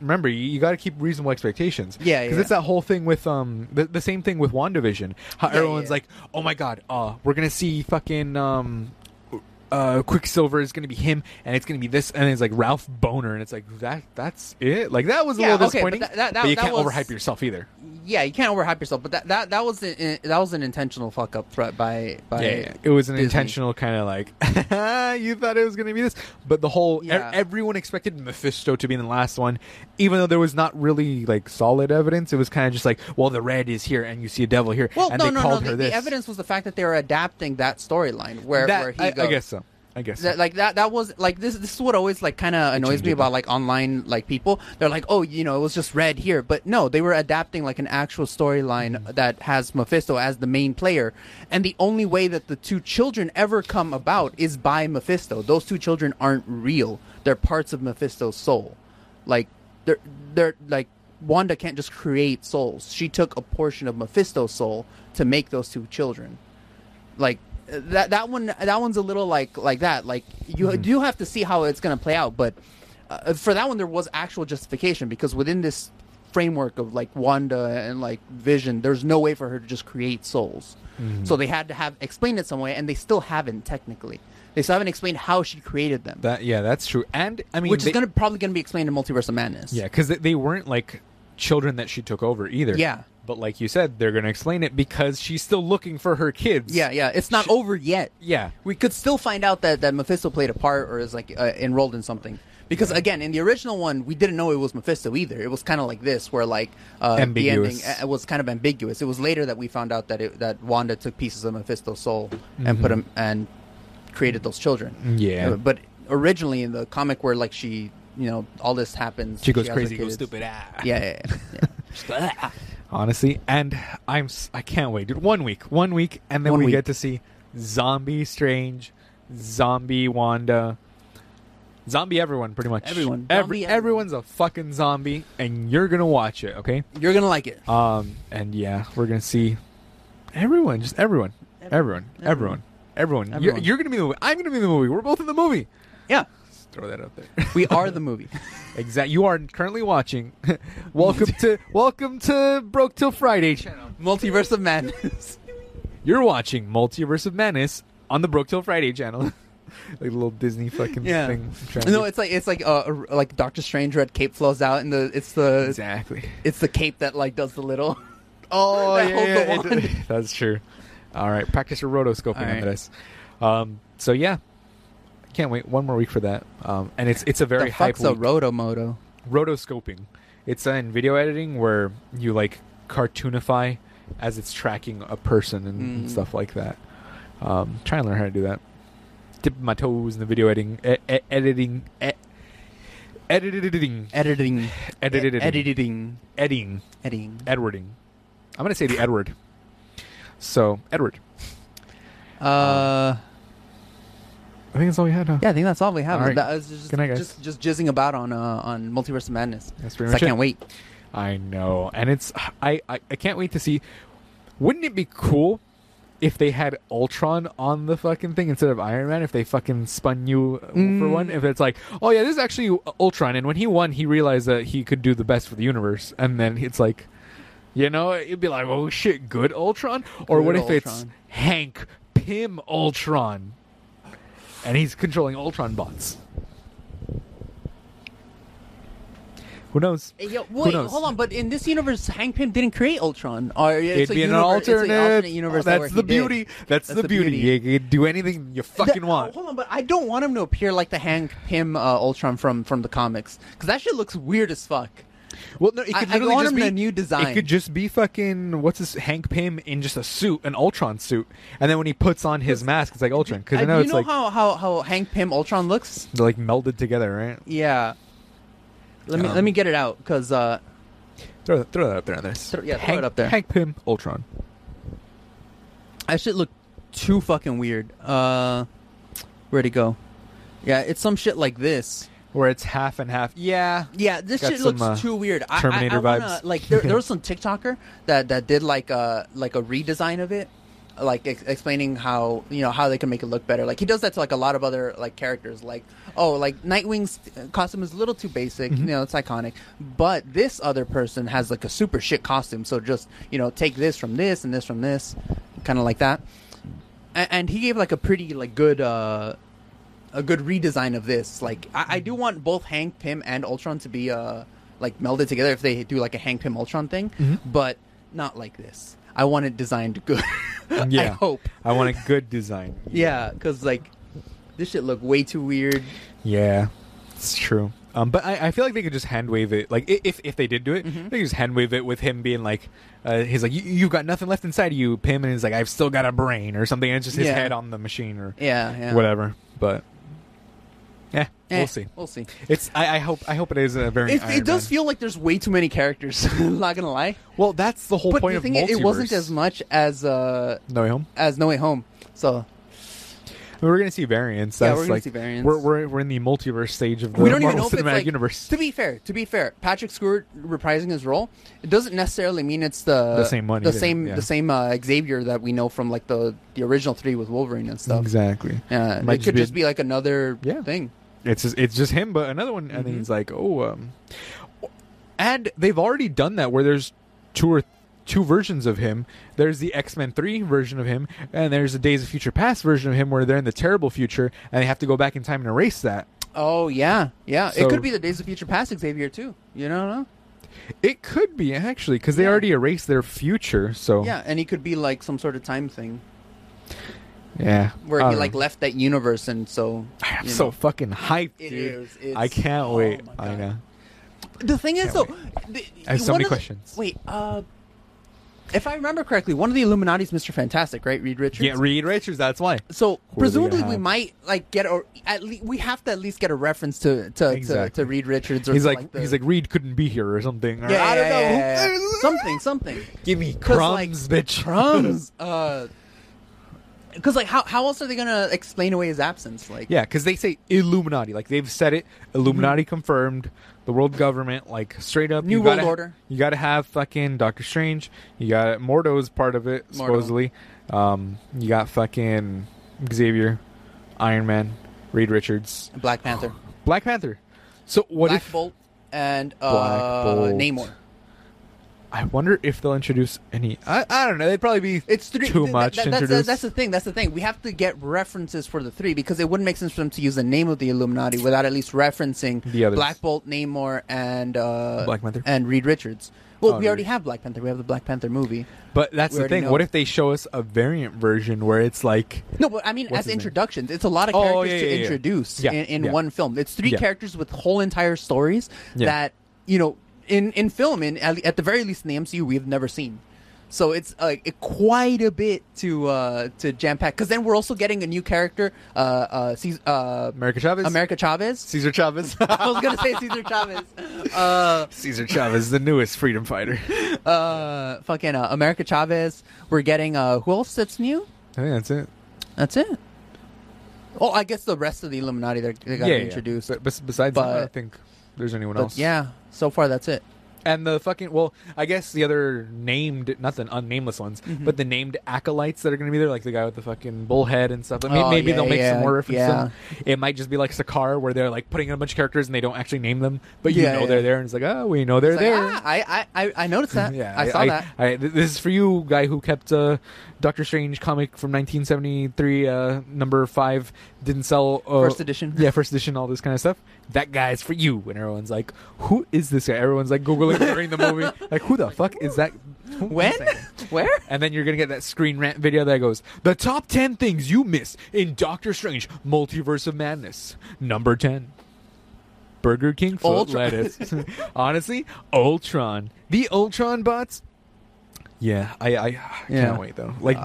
[SPEAKER 2] Remember, you, you got to keep reasonable expectations.
[SPEAKER 3] Yeah,
[SPEAKER 2] because
[SPEAKER 3] yeah.
[SPEAKER 2] it's that whole thing with um the, the same thing with Wandavision. How
[SPEAKER 3] Yeah,
[SPEAKER 2] everyone's
[SPEAKER 3] yeah.
[SPEAKER 2] like, oh my god, uh, we're gonna see fucking um uh, Quicksilver is going to be him, and it's going to be this, and it's like Ralph Boner, and it's like that. That's it. Like that was a
[SPEAKER 3] Yeah,
[SPEAKER 2] little
[SPEAKER 3] okay, but
[SPEAKER 2] disappointing.
[SPEAKER 3] that- that- that-
[SPEAKER 2] you
[SPEAKER 3] that
[SPEAKER 2] can't
[SPEAKER 3] was-
[SPEAKER 2] overhype yourself either.
[SPEAKER 3] yeah, you can't overhype yourself, but that that, that was an, that was an intentional fuck up threat by by
[SPEAKER 2] it was an
[SPEAKER 3] Disney.
[SPEAKER 2] intentional kind of like you thought it was going to be this, but the whole e-
[SPEAKER 3] Yeah.
[SPEAKER 2] everyone expected Mephisto to be in the last one, even though there was not really like solid evidence. It was kind of just like, well, the red is here, and you see a devil here,
[SPEAKER 3] Well,
[SPEAKER 2] and
[SPEAKER 3] no,
[SPEAKER 2] they
[SPEAKER 3] no, no.
[SPEAKER 2] called
[SPEAKER 3] The,
[SPEAKER 2] her
[SPEAKER 3] the
[SPEAKER 2] this.
[SPEAKER 3] evidence was the fact that they were adapting that storyline where
[SPEAKER 2] that,
[SPEAKER 3] where he
[SPEAKER 2] I, I
[SPEAKER 3] goes.
[SPEAKER 2] guess so. I guess so.
[SPEAKER 3] That, like that that was like this this is what always like kind of annoys
[SPEAKER 2] changed
[SPEAKER 3] me
[SPEAKER 2] it.
[SPEAKER 3] about like online like people they're like oh you know it was just red here but no they were adapting like an actual storyline
[SPEAKER 2] Mm-hmm.
[SPEAKER 3] that has mephisto as the main player and the only way that the two children ever come about is by mephisto those two children aren't real they're parts of mephisto's soul like they're they're like wanda can't just create souls she took a portion of mephisto's soul to make those two children like that that one that one's a little like like that like you
[SPEAKER 2] Mm-hmm.
[SPEAKER 3] do have to see how it's going to play out but uh, for that one there was actual justification because within this framework of like wanda and like vision there's no way for her to just create souls
[SPEAKER 2] Mm-hmm.
[SPEAKER 3] so they had to have explained it some way and they still haven't technically they still haven't explained how she created them
[SPEAKER 2] That- yeah, that's true. And I mean,
[SPEAKER 3] which
[SPEAKER 2] they-
[SPEAKER 3] is going to probably going to be explained in multiverse of madness
[SPEAKER 2] Yeah, because they weren't like children that she took over either.
[SPEAKER 3] Yeah.
[SPEAKER 2] But like you said, they're going to explain it because she's still looking for her kids.
[SPEAKER 3] yeah yeah it's not over yet
[SPEAKER 2] Yeah.
[SPEAKER 3] we could still find out that, that Mephisto played a part or is like uh, enrolled in something. Because again, in the original one, we didn't know it was Mephisto either. It was kind of like this, where like uh,
[SPEAKER 2] Ambiguous.
[SPEAKER 3] the ending uh, was kind of ambiguous. It was later that we found out that it, that Wanda took pieces of Mephisto's soul and put him and created those children.
[SPEAKER 2] Mm-hmm. Mm, Yeah.
[SPEAKER 3] Uh, But originally in the comic, where like she, you know, all this happens,
[SPEAKER 2] She goes
[SPEAKER 3] has her
[SPEAKER 2] crazy, goes
[SPEAKER 3] kids.
[SPEAKER 2] stupid. Ah.
[SPEAKER 3] Yeah, yeah, yeah. yeah.
[SPEAKER 2] Honestly, and I'm s- I can't wait, dude. One week, one week, and then
[SPEAKER 3] One
[SPEAKER 2] we
[SPEAKER 3] week.
[SPEAKER 2] get to see Zombie Strange, Zombie Wanda, Zombie everyone, pretty much.
[SPEAKER 3] Everyone.
[SPEAKER 2] Every,
[SPEAKER 3] Zombie everyone.
[SPEAKER 2] everyone's a fucking zombie, and you're gonna watch it, okay?
[SPEAKER 3] You're gonna like it.
[SPEAKER 2] Um, and yeah, we're gonna see everyone, just everyone, everyone, everyone, everyone. You're,
[SPEAKER 3] Everyone.
[SPEAKER 2] you're gonna be in the movie. I'm gonna be in the movie. We're both in the movie.
[SPEAKER 3] Yeah,
[SPEAKER 2] Just throw that out there.
[SPEAKER 3] we are the movie.
[SPEAKER 2] exact. You are currently watching. welcome to welcome to Broke Till Friday channel.
[SPEAKER 3] Multiverse of Madness.
[SPEAKER 2] You're watching Multiverse of Menace on the Broke Till Friday channel. like a little Disney fucking
[SPEAKER 3] Yeah.
[SPEAKER 2] thing.
[SPEAKER 3] No, it's like it's like uh a- like Doctor Strange red cape flows out and the it's the
[SPEAKER 2] exactly.
[SPEAKER 3] it's the cape that like does the little.
[SPEAKER 2] Oh
[SPEAKER 3] That
[SPEAKER 2] yeah,
[SPEAKER 3] holds
[SPEAKER 2] yeah,
[SPEAKER 3] the
[SPEAKER 2] it- that's true. All right, practice your rotoscoping,
[SPEAKER 3] All right.
[SPEAKER 2] Andres. Um, so yeah, can't wait one more week for that. Um, and it's it's a very
[SPEAKER 3] the
[SPEAKER 2] hype
[SPEAKER 3] fuck's a
[SPEAKER 2] week.
[SPEAKER 3] rotomoto?
[SPEAKER 2] rotoscoping. It's in video editing where you like cartoonify as it's tracking a person and, and
[SPEAKER 3] Mm.
[SPEAKER 2] stuff like that. Um, trying to learn how to do that. Dip my toes in the video editing, e- e- editing, e- editing,
[SPEAKER 3] Editing, E-,
[SPEAKER 2] Edited.
[SPEAKER 3] editing,
[SPEAKER 2] editing,
[SPEAKER 3] editing.
[SPEAKER 2] Edwarding. I'm gonna say the Edward. So Edward.
[SPEAKER 3] Uh,
[SPEAKER 2] I think that's all we had. Huh?
[SPEAKER 3] yeah, I think that's all we have.
[SPEAKER 2] All right.
[SPEAKER 3] That was just,
[SPEAKER 2] Good night, guys.
[SPEAKER 3] just just jizzing about on uh, on Multiverse of Madness.
[SPEAKER 2] that's pretty
[SPEAKER 3] So I
[SPEAKER 2] much it.
[SPEAKER 3] can't wait.
[SPEAKER 2] I know, and it's I, I I can't wait to see. Wouldn't it be cool if they had Ultron on the fucking thing instead of Iron Man? If they fucking spun you uh, for
[SPEAKER 3] Mm.
[SPEAKER 2] one, if it's like, oh yeah, this is actually Ultron, and when he won, he realized that he could do the best for the universe, and then it's like, you know, it'd be like, oh shit, good Ultron, or
[SPEAKER 3] Good
[SPEAKER 2] what if it's
[SPEAKER 3] Ultron.
[SPEAKER 2] Hank Pym Ultron, and he's controlling Ultron bots. Who knows?
[SPEAKER 3] Hey, Yo,
[SPEAKER 2] Who
[SPEAKER 3] wait,
[SPEAKER 2] knows?
[SPEAKER 3] hold on. But in this universe, Hank Pym didn't create Ultron. Or
[SPEAKER 2] It'd
[SPEAKER 3] it's a
[SPEAKER 2] be an
[SPEAKER 3] universe- it's
[SPEAKER 2] alternate.
[SPEAKER 3] universe. where
[SPEAKER 2] That's
[SPEAKER 3] he
[SPEAKER 2] the
[SPEAKER 3] did.
[SPEAKER 2] beauty. That's, the, beauty. You can do anything you fucking
[SPEAKER 3] That-
[SPEAKER 2] want.
[SPEAKER 3] Hold on, but I don't want him to appear like the Hank Pym uh, Ultron from from the comics because that shit looks weird as fuck.
[SPEAKER 2] Well, no, it
[SPEAKER 3] I-
[SPEAKER 2] could
[SPEAKER 3] I
[SPEAKER 2] literally
[SPEAKER 3] want
[SPEAKER 2] just
[SPEAKER 3] him
[SPEAKER 2] be
[SPEAKER 3] in a new
[SPEAKER 2] It
[SPEAKER 3] design.
[SPEAKER 2] could just be fucking what's this Hank Pym in just a suit, an Ultron suit, and then when he puts on his mask, it's like Ultron because
[SPEAKER 3] I,
[SPEAKER 2] I know
[SPEAKER 3] Uh, you
[SPEAKER 2] it's
[SPEAKER 3] know
[SPEAKER 2] like
[SPEAKER 3] how, how how Hank Pym Ultron looks?
[SPEAKER 2] they're like melded together, right?
[SPEAKER 3] Yeah. Let me
[SPEAKER 2] Um,
[SPEAKER 3] let me get it out because uh,
[SPEAKER 2] Throw throw that up there on this.
[SPEAKER 3] Throw- yeah, throw
[SPEAKER 2] Hank,
[SPEAKER 3] it up there.
[SPEAKER 2] Hank Pym Ultron.
[SPEAKER 3] that shit looked too fucking weird. Uh, where'd it go? Yeah, it's some shit like this.
[SPEAKER 2] Where it's half and half. Yeah,
[SPEAKER 3] Yeah, this
[SPEAKER 2] Got
[SPEAKER 3] shit
[SPEAKER 2] some,
[SPEAKER 3] looks
[SPEAKER 2] uh,
[SPEAKER 3] too weird. I- I-
[SPEAKER 2] Terminator
[SPEAKER 3] I, wanna,
[SPEAKER 2] vibes.
[SPEAKER 3] Like there, there was some TikToker that that did like a like a redesign of it, like ex- explaining how you know how they can make it look better. Like he does that to like a lot of other like characters. Like oh, like Nightwing's uh, costume is a little too basic.
[SPEAKER 2] Mm-hmm.
[SPEAKER 3] You know, it's iconic, but this other person has like a super shit costume. So just you know take this from this and this from this, kind of like that. And, and he gave like a pretty like good. uh a good redesign of this. Like I, I do want both Hank Pym and Ultron to be uh like melded together if they do like a Hank Pym Ultron thing,
[SPEAKER 2] Mm-hmm.
[SPEAKER 3] but not like this. I want it designed good. I
[SPEAKER 2] yeah.
[SPEAKER 3] hope.
[SPEAKER 2] I want a good design.
[SPEAKER 3] Yeah, because like this shit look way too weird.
[SPEAKER 2] Yeah, it's true. Um, but I, I feel like they could just hand wave it. Like i- if if they did do it,
[SPEAKER 3] Mm-hmm.
[SPEAKER 2] they could just hand wave it with him being like, uh, he's like, "You- "You've got nothing left inside of you, Pim," and he's like, "I've still got a brain" or something. And it's just his
[SPEAKER 3] Yeah.
[SPEAKER 2] head on the machine or
[SPEAKER 3] Yeah, yeah.
[SPEAKER 2] whatever. But yeah,
[SPEAKER 3] Eh,
[SPEAKER 2] we'll see.
[SPEAKER 3] We'll see.
[SPEAKER 2] It's I, I hope I hope it is a very.
[SPEAKER 3] It,
[SPEAKER 2] Iron
[SPEAKER 3] it does
[SPEAKER 2] Man.
[SPEAKER 3] feel like there's way too many characters. not gonna lie.
[SPEAKER 2] well. That's the whole
[SPEAKER 3] But
[SPEAKER 2] point
[SPEAKER 3] the
[SPEAKER 2] of
[SPEAKER 3] thing
[SPEAKER 2] multiverse.
[SPEAKER 3] is, it wasn't as much as uh
[SPEAKER 2] No Way home.
[SPEAKER 3] as No Way Home. So
[SPEAKER 2] We're gonna see variants.
[SPEAKER 3] Yeah,
[SPEAKER 2] That's
[SPEAKER 3] we're gonna
[SPEAKER 2] like,
[SPEAKER 3] see variants.
[SPEAKER 2] We're, we're we're in the multiverse stage of the
[SPEAKER 3] we don't even
[SPEAKER 2] Marvel
[SPEAKER 3] know if it's
[SPEAKER 2] Cinematic
[SPEAKER 3] like,
[SPEAKER 2] Universe.
[SPEAKER 3] To be fair, to be fair, Patrick Stewart reprising his role, it doesn't necessarily mean it's the
[SPEAKER 2] The same one
[SPEAKER 3] the
[SPEAKER 2] either,
[SPEAKER 3] same
[SPEAKER 2] yeah.
[SPEAKER 3] the same uh, Xavier that we know from like the the original three with Wolverine and stuff.
[SPEAKER 2] Exactly.
[SPEAKER 3] Yeah,
[SPEAKER 2] Might
[SPEAKER 3] it could just be like another
[SPEAKER 2] Yeah.
[SPEAKER 3] thing.
[SPEAKER 2] It's just it's just him, but another one, and
[SPEAKER 3] Mhm.
[SPEAKER 2] he's like, oh, um, and they've already done that where there's two or two versions of him. There's the X Men Three version of him, and there's the Days of Future Past version of him, where they're in the terrible future and they have to go back in time and erase that.
[SPEAKER 3] Oh yeah, yeah.
[SPEAKER 2] So-
[SPEAKER 3] it could be the Days of Future Past Xavier too. You don't know?
[SPEAKER 2] It could be actually because they
[SPEAKER 3] Yeah.
[SPEAKER 2] already erased their future, so
[SPEAKER 3] Yeah, and he could be like some sort of time thing
[SPEAKER 2] yeah.
[SPEAKER 3] where
[SPEAKER 2] I
[SPEAKER 3] he
[SPEAKER 2] don't
[SPEAKER 3] like
[SPEAKER 2] know.
[SPEAKER 3] left that universe, and so
[SPEAKER 2] I'm
[SPEAKER 3] you
[SPEAKER 2] so
[SPEAKER 3] know.
[SPEAKER 2] fucking hyped,
[SPEAKER 3] It
[SPEAKER 2] dude.
[SPEAKER 3] is, it's-
[SPEAKER 2] I can't
[SPEAKER 3] oh
[SPEAKER 2] wait.
[SPEAKER 3] my
[SPEAKER 2] I
[SPEAKER 3] God.
[SPEAKER 2] know.
[SPEAKER 3] The thing is, though,
[SPEAKER 2] Can't
[SPEAKER 3] the-
[SPEAKER 2] I have so
[SPEAKER 3] one
[SPEAKER 2] many
[SPEAKER 3] of the-
[SPEAKER 2] questions.
[SPEAKER 3] Wait, uh, if I remember correctly, one of the Illuminati's Mr. Fantastic, right? Reed Richards.
[SPEAKER 2] Yeah, Reed Richards. That's why.
[SPEAKER 3] So
[SPEAKER 2] gonna
[SPEAKER 3] presumably we
[SPEAKER 2] have?
[SPEAKER 3] might like get or at least we have to at least get a reference to to
[SPEAKER 2] Exactly.
[SPEAKER 3] to, to Reed Richards. Or
[SPEAKER 2] He's
[SPEAKER 3] to,
[SPEAKER 2] like,
[SPEAKER 3] the-
[SPEAKER 2] he's like Reed couldn't be here or something. Or,
[SPEAKER 3] yeah, yeah,
[SPEAKER 2] I don't
[SPEAKER 3] yeah,
[SPEAKER 2] know.
[SPEAKER 3] yeah, yeah, yeah. something, something.
[SPEAKER 2] Give me
[SPEAKER 3] 'Cause, like,
[SPEAKER 2] crumbs, bitch.
[SPEAKER 3] Crumbs. Uh, because like how how else are they gonna explain away his absence? Like
[SPEAKER 2] Yeah, because they say Illuminati. Like they've said it. Illuminati confirmed. The world government, like straight up
[SPEAKER 3] Mm-hmm. New
[SPEAKER 2] you gotta
[SPEAKER 3] world order.
[SPEAKER 2] You got to have fucking Doctor Strange. You got Mordo's part of it
[SPEAKER 3] Mordo.
[SPEAKER 2] supposedly. Um, you got fucking Xavier, Iron Man, Reed Richards,
[SPEAKER 3] Black Panther,
[SPEAKER 2] Black Panther. So what
[SPEAKER 3] Black
[SPEAKER 2] if
[SPEAKER 3] Bolt, and uh,
[SPEAKER 2] Black Bolt.
[SPEAKER 3] Namor.
[SPEAKER 2] I wonder if they'll introduce any. I, I don't know. They'd probably be.
[SPEAKER 3] It's three.
[SPEAKER 2] Too
[SPEAKER 3] th-
[SPEAKER 2] much
[SPEAKER 3] That, that, that's, the,
[SPEAKER 2] introduced.
[SPEAKER 3] that's the thing. That's the thing. We have to get references for the three because it wouldn't make sense for them to use the name of the Illuminati without at least referencing
[SPEAKER 2] The others.
[SPEAKER 3] Black Bolt, Namor, and uh,
[SPEAKER 2] Black Panther?
[SPEAKER 3] and Reed Richards. Well,
[SPEAKER 2] Oh,
[SPEAKER 3] we already
[SPEAKER 2] Reed.
[SPEAKER 3] have Black Panther. We have the Black Panther movie.
[SPEAKER 2] But that's
[SPEAKER 3] We
[SPEAKER 2] the
[SPEAKER 3] already
[SPEAKER 2] thing.
[SPEAKER 3] know.
[SPEAKER 2] What if they show us a variant version where it's like
[SPEAKER 3] No, but I mean,
[SPEAKER 2] What's his
[SPEAKER 3] as
[SPEAKER 2] name?
[SPEAKER 3] introductions, it's a lot of
[SPEAKER 2] Oh,
[SPEAKER 3] characters
[SPEAKER 2] yeah,
[SPEAKER 3] to
[SPEAKER 2] yeah, yeah.
[SPEAKER 3] introduce
[SPEAKER 2] Yeah,
[SPEAKER 3] in, in
[SPEAKER 2] yeah.
[SPEAKER 3] one film. It's three
[SPEAKER 2] Yeah.
[SPEAKER 3] characters with whole entire stories
[SPEAKER 2] Yeah.
[SPEAKER 3] that you know in in film and at, at the very least in the MCU we've never seen. So it's uh, it- quite a bit to uh, to jam pack because then we're also getting a new character, uh, uh, Ce- uh,
[SPEAKER 2] America Chavez?
[SPEAKER 3] America Chavez.
[SPEAKER 2] Caesar Chavez?
[SPEAKER 3] I was gonna say Cesar Chavez, uh,
[SPEAKER 2] Caesar Chavez, the newest freedom fighter.
[SPEAKER 3] uh, fucking uh, America Chavez. We're getting uh, who else that's new?
[SPEAKER 2] I think that's it.
[SPEAKER 3] That's it. Oh, I guess the rest of the Illuminati they they got introduced.
[SPEAKER 2] But bes- besides that, I don't
[SPEAKER 3] But-
[SPEAKER 2] think there's anyone
[SPEAKER 3] But
[SPEAKER 2] else.
[SPEAKER 3] yeah, so far that's it.
[SPEAKER 2] And the fucking well, I guess the other named, not the unnameless ones,
[SPEAKER 3] Mm-hmm.
[SPEAKER 2] but the named acolytes that are going to be there, like the guy with the fucking bullhead and stuff. Maybe,
[SPEAKER 3] Oh,
[SPEAKER 2] maybe
[SPEAKER 3] yeah,
[SPEAKER 2] they'll make
[SPEAKER 3] yeah,
[SPEAKER 2] some more references.
[SPEAKER 3] yeah.
[SPEAKER 2] It might just be like Sakar, where they're like putting in a bunch of characters and they don't actually name them, but you
[SPEAKER 3] Yeah,
[SPEAKER 2] know
[SPEAKER 3] yeah.
[SPEAKER 2] they're there, and it's like, oh, we know they're
[SPEAKER 3] It's like,
[SPEAKER 2] there.
[SPEAKER 3] ah, I, I, I- I noticed that.
[SPEAKER 2] Yeah,
[SPEAKER 3] I saw that.
[SPEAKER 2] I- th- this is for you, guy who kept uh, Doctor Strange comic from 1973, uh, number five, didn't sell uh,
[SPEAKER 3] First edition.
[SPEAKER 2] Yeah, first edition, all this kind of stuff. That guy's for you. And everyone's like, "Who is this guy?" Everyone's like googling during the movie, like, "Who the fuck is that?" Who is
[SPEAKER 3] When?
[SPEAKER 2] that?
[SPEAKER 3] Where?
[SPEAKER 2] And then you're gonna get that screen rant video that goes, "The top ten things you miss in Doctor Strange: Multiverse of Madness." Number ten. Burger King foot
[SPEAKER 3] Ultra-
[SPEAKER 2] lettuce. Honestly, Ultron. The Ultron bots. Yeah, I, I, I
[SPEAKER 3] Yeah. Ah.
[SPEAKER 2] can't wait though. Like,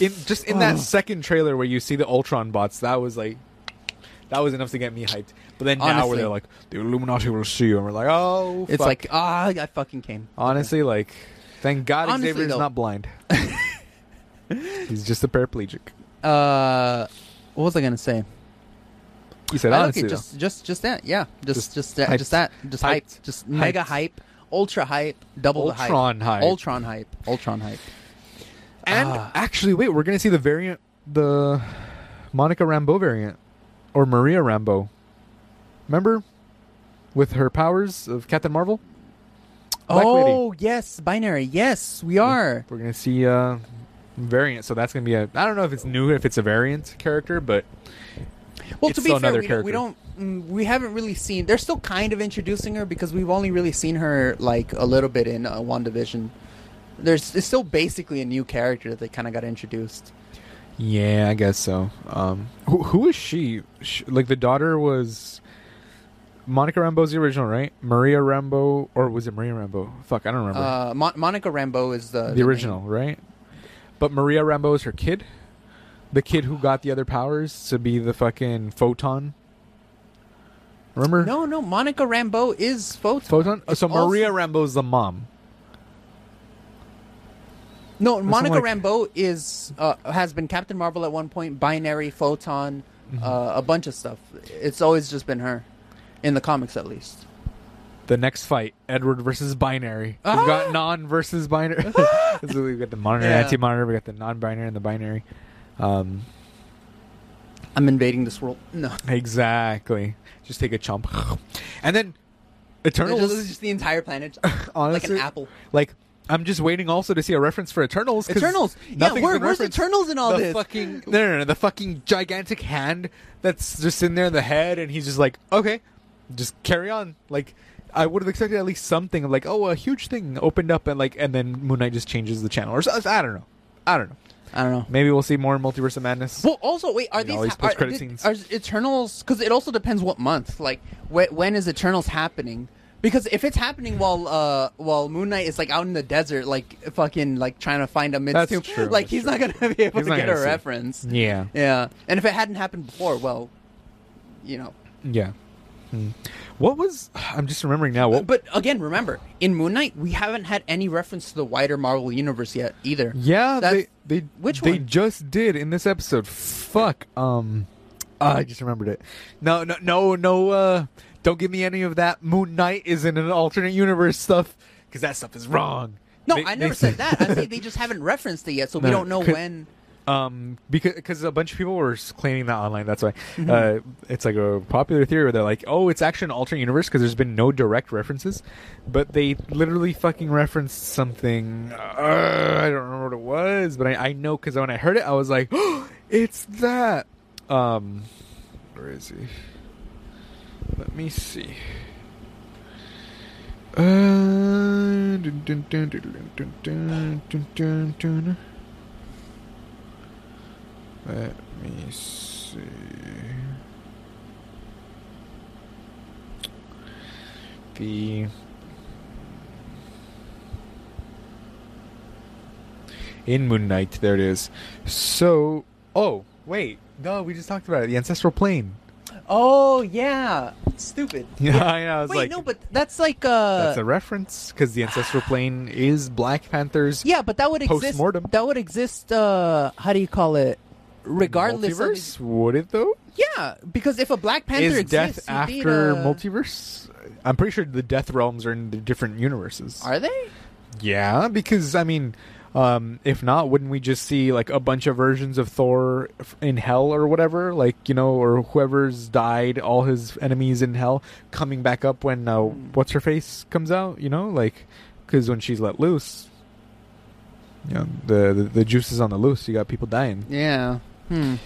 [SPEAKER 2] in just in that second trailer where you see the Ultron bots, that was like, that was enough to get me hyped. But then now where
[SPEAKER 3] Honestly.
[SPEAKER 2] they're like, the Illuminati will see you, and we're like, oh,
[SPEAKER 3] It's
[SPEAKER 2] fuck.
[SPEAKER 3] like ah, I fucking came.
[SPEAKER 2] honestly, like, thank God
[SPEAKER 3] Honestly,
[SPEAKER 2] Xavier's
[SPEAKER 3] though-
[SPEAKER 2] not blind. He's just a paraplegic.
[SPEAKER 3] Uh, what was I gonna say?
[SPEAKER 2] You said
[SPEAKER 3] I-
[SPEAKER 2] honestly,
[SPEAKER 3] okay,
[SPEAKER 2] though.
[SPEAKER 3] just, just, just that. Yeah,
[SPEAKER 2] Just
[SPEAKER 3] just, just, that,
[SPEAKER 2] hyped.
[SPEAKER 3] just that. Just hype.
[SPEAKER 2] Hyped.
[SPEAKER 3] Just mega
[SPEAKER 2] Hyped.
[SPEAKER 3] hype. Ultra hype. Double the
[SPEAKER 2] Ultron
[SPEAKER 3] hype.
[SPEAKER 2] hype.
[SPEAKER 3] Ultron hype. Ultron hype.
[SPEAKER 2] And
[SPEAKER 3] Ah.
[SPEAKER 2] actually, wait, we're gonna see the variant, the Monica Rambeau variant, or Maria Rambeau. Remember, with her powers of Captain Marvel, Black lady.
[SPEAKER 3] oh yes, binary. Yes, we are.
[SPEAKER 2] we're gonna see uh, variant. So that's gonna be a. I don't know if it's new, if it's a variant character, but
[SPEAKER 3] Well,
[SPEAKER 2] It's
[SPEAKER 3] to be
[SPEAKER 2] still
[SPEAKER 3] fair,
[SPEAKER 2] another
[SPEAKER 3] we, don't- we don't.
[SPEAKER 2] character.
[SPEAKER 3] mm, We haven't really seen. They're still kind of introducing her because we've only really seen her like a little bit in uh, WandaVision. There's it's still basically a new character that they kind of got introduced.
[SPEAKER 2] yeah, I guess so. Um, who, who is she? Sh Like the daughter was. Monica Rambeau's the original, right? Maria Rambeau, or was it Maria Rambeau? Fuck, I don't remember.
[SPEAKER 3] Uh, Mon- Monica Rambeau is the
[SPEAKER 2] the original, right? But Maria Rambo is her kid, the kid who got the other powers to be the fucking photon. Remember?
[SPEAKER 3] No, no, Monica Rambeau is Photon.
[SPEAKER 2] photon. Oh, so
[SPEAKER 3] also-
[SPEAKER 2] Maria Rambo is the mom.
[SPEAKER 3] no, Monica
[SPEAKER 2] like-
[SPEAKER 3] Rambeau is uh, has been Captain Marvel at one point, Binary, Photon,
[SPEAKER 2] Mm-hmm.
[SPEAKER 3] uh, a bunch of stuff. It's always just been her, in the comics at least.
[SPEAKER 2] The next fight, Edward versus Binary.
[SPEAKER 3] Ah!
[SPEAKER 2] We've got non versus binary. so we've got the monitor,
[SPEAKER 3] Yeah.
[SPEAKER 2] anti-monitor. We got the non-binary and the binary. Um,
[SPEAKER 3] I'm invading this world. No,
[SPEAKER 2] exactly. Just take a chump, and then
[SPEAKER 3] it's
[SPEAKER 2] Eternals.
[SPEAKER 3] just the entire planet, like
[SPEAKER 2] honestly,
[SPEAKER 3] an apple.
[SPEAKER 2] Like I'm just waiting also to see a reference for Eternals. 'cause
[SPEAKER 3] Eternals. Yeah,
[SPEAKER 2] nothing's
[SPEAKER 3] where,
[SPEAKER 2] been
[SPEAKER 3] where's
[SPEAKER 2] referenced.
[SPEAKER 3] Eternals in all
[SPEAKER 2] the
[SPEAKER 3] this?
[SPEAKER 2] fucking no, no, no, the fucking gigantic hand that's just in there in the head, and he's just like, okay, just carry on. Like I would have expected at least something of like, oh, a huge thing opened up, and like, and then Moon Knight just changes the channel, or so, I don't know, I don't know.
[SPEAKER 3] I don't know.
[SPEAKER 2] Maybe we'll see more in Multiverse of Madness.
[SPEAKER 3] Well, also, wait, are
[SPEAKER 2] You know,
[SPEAKER 3] these,
[SPEAKER 2] all these
[SPEAKER 3] ha- are,
[SPEAKER 2] post-credit
[SPEAKER 3] thi-
[SPEAKER 2] scenes.
[SPEAKER 3] are Eternals? Because it also depends what month. Like, wh- when is Eternals happening? Because if it's happening while uh while Moon Knight is like out in the desert, like fucking like trying to find a mid
[SPEAKER 2] That's true,
[SPEAKER 3] like
[SPEAKER 2] that's
[SPEAKER 3] he's
[SPEAKER 2] true.
[SPEAKER 3] not gonna be able
[SPEAKER 2] He's
[SPEAKER 3] to
[SPEAKER 2] not
[SPEAKER 3] get a
[SPEAKER 2] gonna see.
[SPEAKER 3] reference.
[SPEAKER 2] yeah,
[SPEAKER 3] Yeah, and if it hadn't happened before, well, you know.
[SPEAKER 2] yeah. Hmm. What was? I'm just remembering now. What?
[SPEAKER 3] But again, remember in Moon Knight, we haven't had any reference to the wider Marvel universe yet either.
[SPEAKER 2] Yeah,
[SPEAKER 3] That's-
[SPEAKER 2] they they
[SPEAKER 3] which
[SPEAKER 2] they
[SPEAKER 3] one?
[SPEAKER 2] just did in this episode. Fuck. Um, I just remembered it. No, no, no, no. Uh, don't give me any of that. Moon Knight is in an alternate universe stuff because that stuff is wrong.
[SPEAKER 3] No,
[SPEAKER 2] They-
[SPEAKER 3] I
[SPEAKER 2] they
[SPEAKER 3] never said that. I say they just haven't referenced it yet, so we
[SPEAKER 2] No,
[SPEAKER 3] don't know
[SPEAKER 2] could-
[SPEAKER 3] when.
[SPEAKER 2] um, because cause a bunch of people were s- claiming that online. That's why uh, it's like a popular theory where they're like, "Oh, it's actually an alternate universe because there's been no direct references," but they literally fucking referenced something. Uh, I don't remember what it was, but I, I know because when I heard it, I was like, oh, "It's that." Um, where is he? Let me see. Uh, dun, dun, dun, dun, dun, dun, dun, dun, dun, dun. Let me see. The in Moon Knight, there it is. So, oh wait, no, we just talked about it. The ancestral plane.
[SPEAKER 3] Oh yeah, stupid.
[SPEAKER 2] Yeah, I know. I was
[SPEAKER 3] Wait,
[SPEAKER 2] like,
[SPEAKER 3] no, but that's like uh.
[SPEAKER 2] that's a reference because the ancestral plane is Black Panther's.
[SPEAKER 3] yeah, but that would exist.
[SPEAKER 2] Postmortem.
[SPEAKER 3] That would exist. Uh, how do you call it? Regardless
[SPEAKER 2] multiverse,
[SPEAKER 3] of
[SPEAKER 2] would it though?
[SPEAKER 3] yeah, because if a Black Panther
[SPEAKER 2] is
[SPEAKER 3] exists,
[SPEAKER 2] death
[SPEAKER 3] you need
[SPEAKER 2] after
[SPEAKER 3] a-
[SPEAKER 2] multiverse? I'm pretty sure the death realms are in the different universes.
[SPEAKER 3] Are they?
[SPEAKER 2] Yeah, because I mean, um, if not, wouldn't we just see like a bunch of versions of Thor f- in hell or whatever? Like you know, or whoever's died, all his enemies in hell coming back up when uh, what's her face comes out. You know, like because when she's let loose, you know, the, the the juice is on the loose. You got people dying.
[SPEAKER 3] Yeah. Hmm.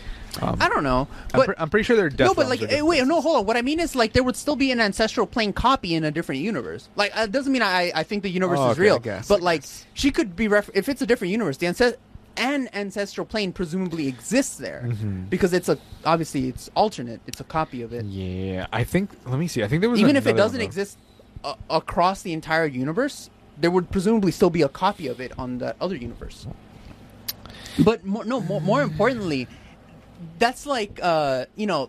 [SPEAKER 2] Um,
[SPEAKER 3] I don't know,
[SPEAKER 2] I'm,
[SPEAKER 3] but
[SPEAKER 2] pre- I'm pretty sure they're death.
[SPEAKER 3] no, but
[SPEAKER 2] realms
[SPEAKER 3] like,
[SPEAKER 2] are
[SPEAKER 3] eh,
[SPEAKER 2] different
[SPEAKER 3] wait,
[SPEAKER 2] places.
[SPEAKER 3] no, hold on. What I mean is, like, there would still be an ancestral plane copy in a different universe. Like, uh, it doesn't mean I, I think the universe
[SPEAKER 2] Oh,
[SPEAKER 3] is
[SPEAKER 2] okay,
[SPEAKER 3] real,
[SPEAKER 2] I guess,
[SPEAKER 3] but
[SPEAKER 2] I
[SPEAKER 3] like,
[SPEAKER 2] guess.
[SPEAKER 3] she could be ref- if it's a different universe. The ancest an ancestral plane presumably exists there
[SPEAKER 2] Mm-hmm.
[SPEAKER 3] because it's a obviously it's alternate. It's a copy of it,
[SPEAKER 2] Yeah, I think. Let me see. I think there was
[SPEAKER 3] even if it
[SPEAKER 2] another one,
[SPEAKER 3] doesn't
[SPEAKER 2] though.
[SPEAKER 3] exist a- across the entire universe. There would presumably still be a copy of it on that other universe. But more, no, more, more importantly, that's like uh, you know,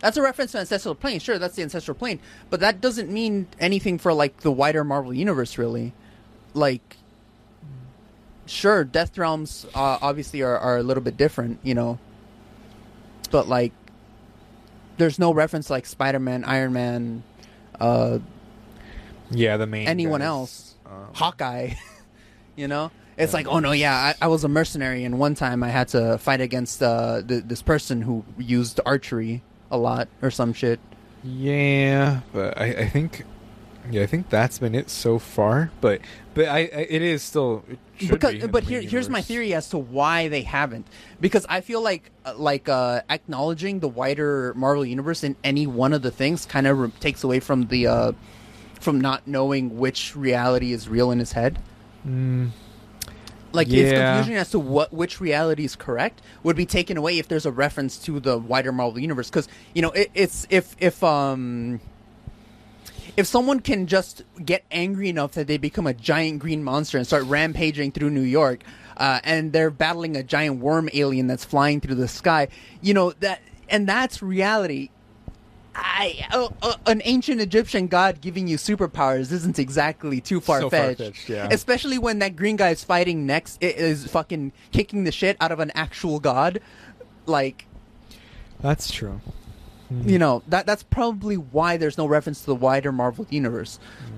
[SPEAKER 3] that's a reference to ancestral plane. Sure, that's the ancestral plane, but that doesn't mean anything for like the wider Marvel universe, really. Like, sure, death realms uh, obviously are, are a little bit different, you know, but like, there's no reference like Spider Man, Iron Man, uh,
[SPEAKER 2] Yeah, the main
[SPEAKER 3] anyone
[SPEAKER 2] guys.
[SPEAKER 3] else,
[SPEAKER 2] Um,
[SPEAKER 3] Hawkeye, you know. It's like, oh no, yeah, I, I was a mercenary, and one time I had to fight against uh, th- this person who used archery a lot or some shit.
[SPEAKER 2] Yeah, but I, I think, yeah, I think that's been it so far. But but I, I it is still it should
[SPEAKER 3] because
[SPEAKER 2] be in
[SPEAKER 3] but
[SPEAKER 2] the
[SPEAKER 3] here,
[SPEAKER 2] main
[SPEAKER 3] here's my
[SPEAKER 2] universe.
[SPEAKER 3] theory as to why they haven't because i feel like uh, like uh acknowledging the wider marvel universe in any one of the things kind of re- takes away from the uh from not knowing which reality is real in his head like his
[SPEAKER 2] Yeah.
[SPEAKER 3] confusion as to what which reality is correct would be taken away if there's a reference to the wider marvel universe because you know it, it's if if um if someone can just get angry enough that they become a giant green monster and start rampaging through New York, uh, and they're battling a giant worm alien that's flying through the sky, you know that, and that's reality. I, oh, oh, an ancient Egyptian god giving you superpowers isn't exactly too far fetched.
[SPEAKER 2] far-fetched, yeah.
[SPEAKER 3] Especially when that green guy is fighting next, it is fucking kicking the shit out of an actual god. Like,
[SPEAKER 2] That's true.
[SPEAKER 3] you know that that's probably why there's no reference to the wider Marvel universe.
[SPEAKER 2] Mm-hmm.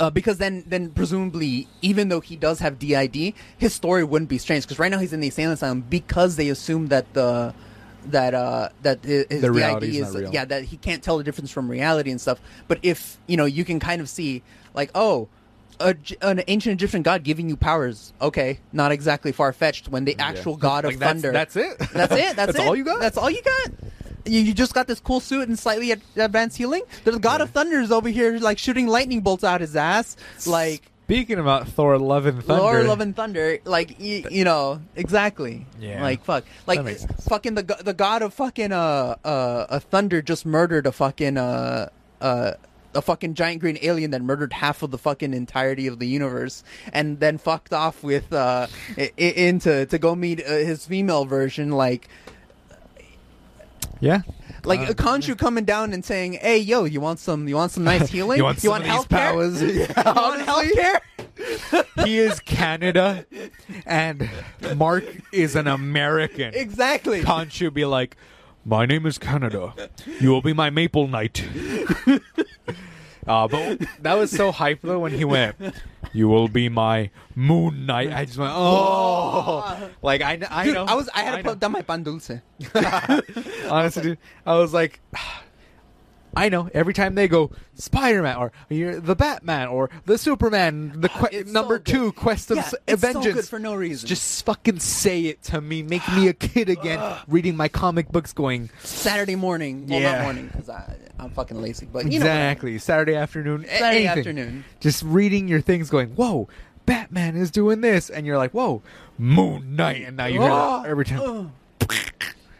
[SPEAKER 3] Uh, because then, then presumably, even though he does have DID, his story wouldn't be strange. Because right now he's in the insane asylum because they assume that the that uh that hi- his
[SPEAKER 2] The
[SPEAKER 3] DID
[SPEAKER 2] reality's
[SPEAKER 3] is
[SPEAKER 2] not real.
[SPEAKER 3] yeah that he can't tell the difference from reality and stuff. But if you know, you can kind of see like oh. A, G- an ancient Egyptian god giving you powers. Okay, not exactly far fetched. When the actual god of
[SPEAKER 2] Like, that's-
[SPEAKER 3] thunder.
[SPEAKER 2] that's it?
[SPEAKER 3] That's it. That's,
[SPEAKER 2] That's
[SPEAKER 3] it.
[SPEAKER 2] all you got?
[SPEAKER 3] That's all you got. You, you just got this cool suit and slightly ad- advanced healing. The god of thunder is over here, like shooting lightning bolts out his ass, like
[SPEAKER 2] Speaking about Thor, Love and Thunder,
[SPEAKER 3] Lord Love and Thunder, like you, you know exactly.
[SPEAKER 2] Yeah.
[SPEAKER 3] Like fuck, like
[SPEAKER 2] That makes sense.
[SPEAKER 3] fucking the go- the god of fucking uh uh a thunder just murdered a fucking uh uh. A fucking giant green alien that murdered half of the fucking entirety of the universe, and then fucked off with uh, i- i- into to go meet uh, his female version. Like,
[SPEAKER 2] Uh, yeah,
[SPEAKER 3] like a Khonshu coming down and saying, "Hey, yo, you want some? You want some nice healing?
[SPEAKER 2] You want some of these
[SPEAKER 3] health
[SPEAKER 2] powers?" Yeah,
[SPEAKER 3] you want healthcare?
[SPEAKER 2] he is Canada, and Mark is an American.
[SPEAKER 3] exactly.
[SPEAKER 2] Can't you be like, my name is Canada. You will be my maple knight. Uh, but that was so hype though when he went, "You will be my Moon Knight." I just went, "Oh!" Like I, kn- I
[SPEAKER 3] Dude,
[SPEAKER 2] know.
[SPEAKER 3] I was I had to
[SPEAKER 2] know.
[SPEAKER 3] put down my pan dulce.
[SPEAKER 2] Honestly, dude, I was like, I know. Every time they go Spider Man or "You're the Batman or the Superman, the que-
[SPEAKER 3] It's so
[SPEAKER 2] number
[SPEAKER 3] good.
[SPEAKER 2] two quest of
[SPEAKER 3] Yeah,
[SPEAKER 2] s-
[SPEAKER 3] it's so good
[SPEAKER 2] vengeance
[SPEAKER 3] for no reason.
[SPEAKER 2] Just fucking say it to me. Make me a kid again, reading my comic books, going
[SPEAKER 3] Saturday morning. Well, not
[SPEAKER 2] Yeah.
[SPEAKER 3] morning because I'm fucking lazy. But you know, what I
[SPEAKER 2] exactly Saturday afternoon. a-
[SPEAKER 3] Saturday
[SPEAKER 2] anything.
[SPEAKER 3] afternoon.
[SPEAKER 2] Just reading your things, going, "Whoa, Batman is doing this," and you're like, "Whoa, Moon Knight," and now you hear
[SPEAKER 3] Oh,
[SPEAKER 2] that every time.
[SPEAKER 3] mean.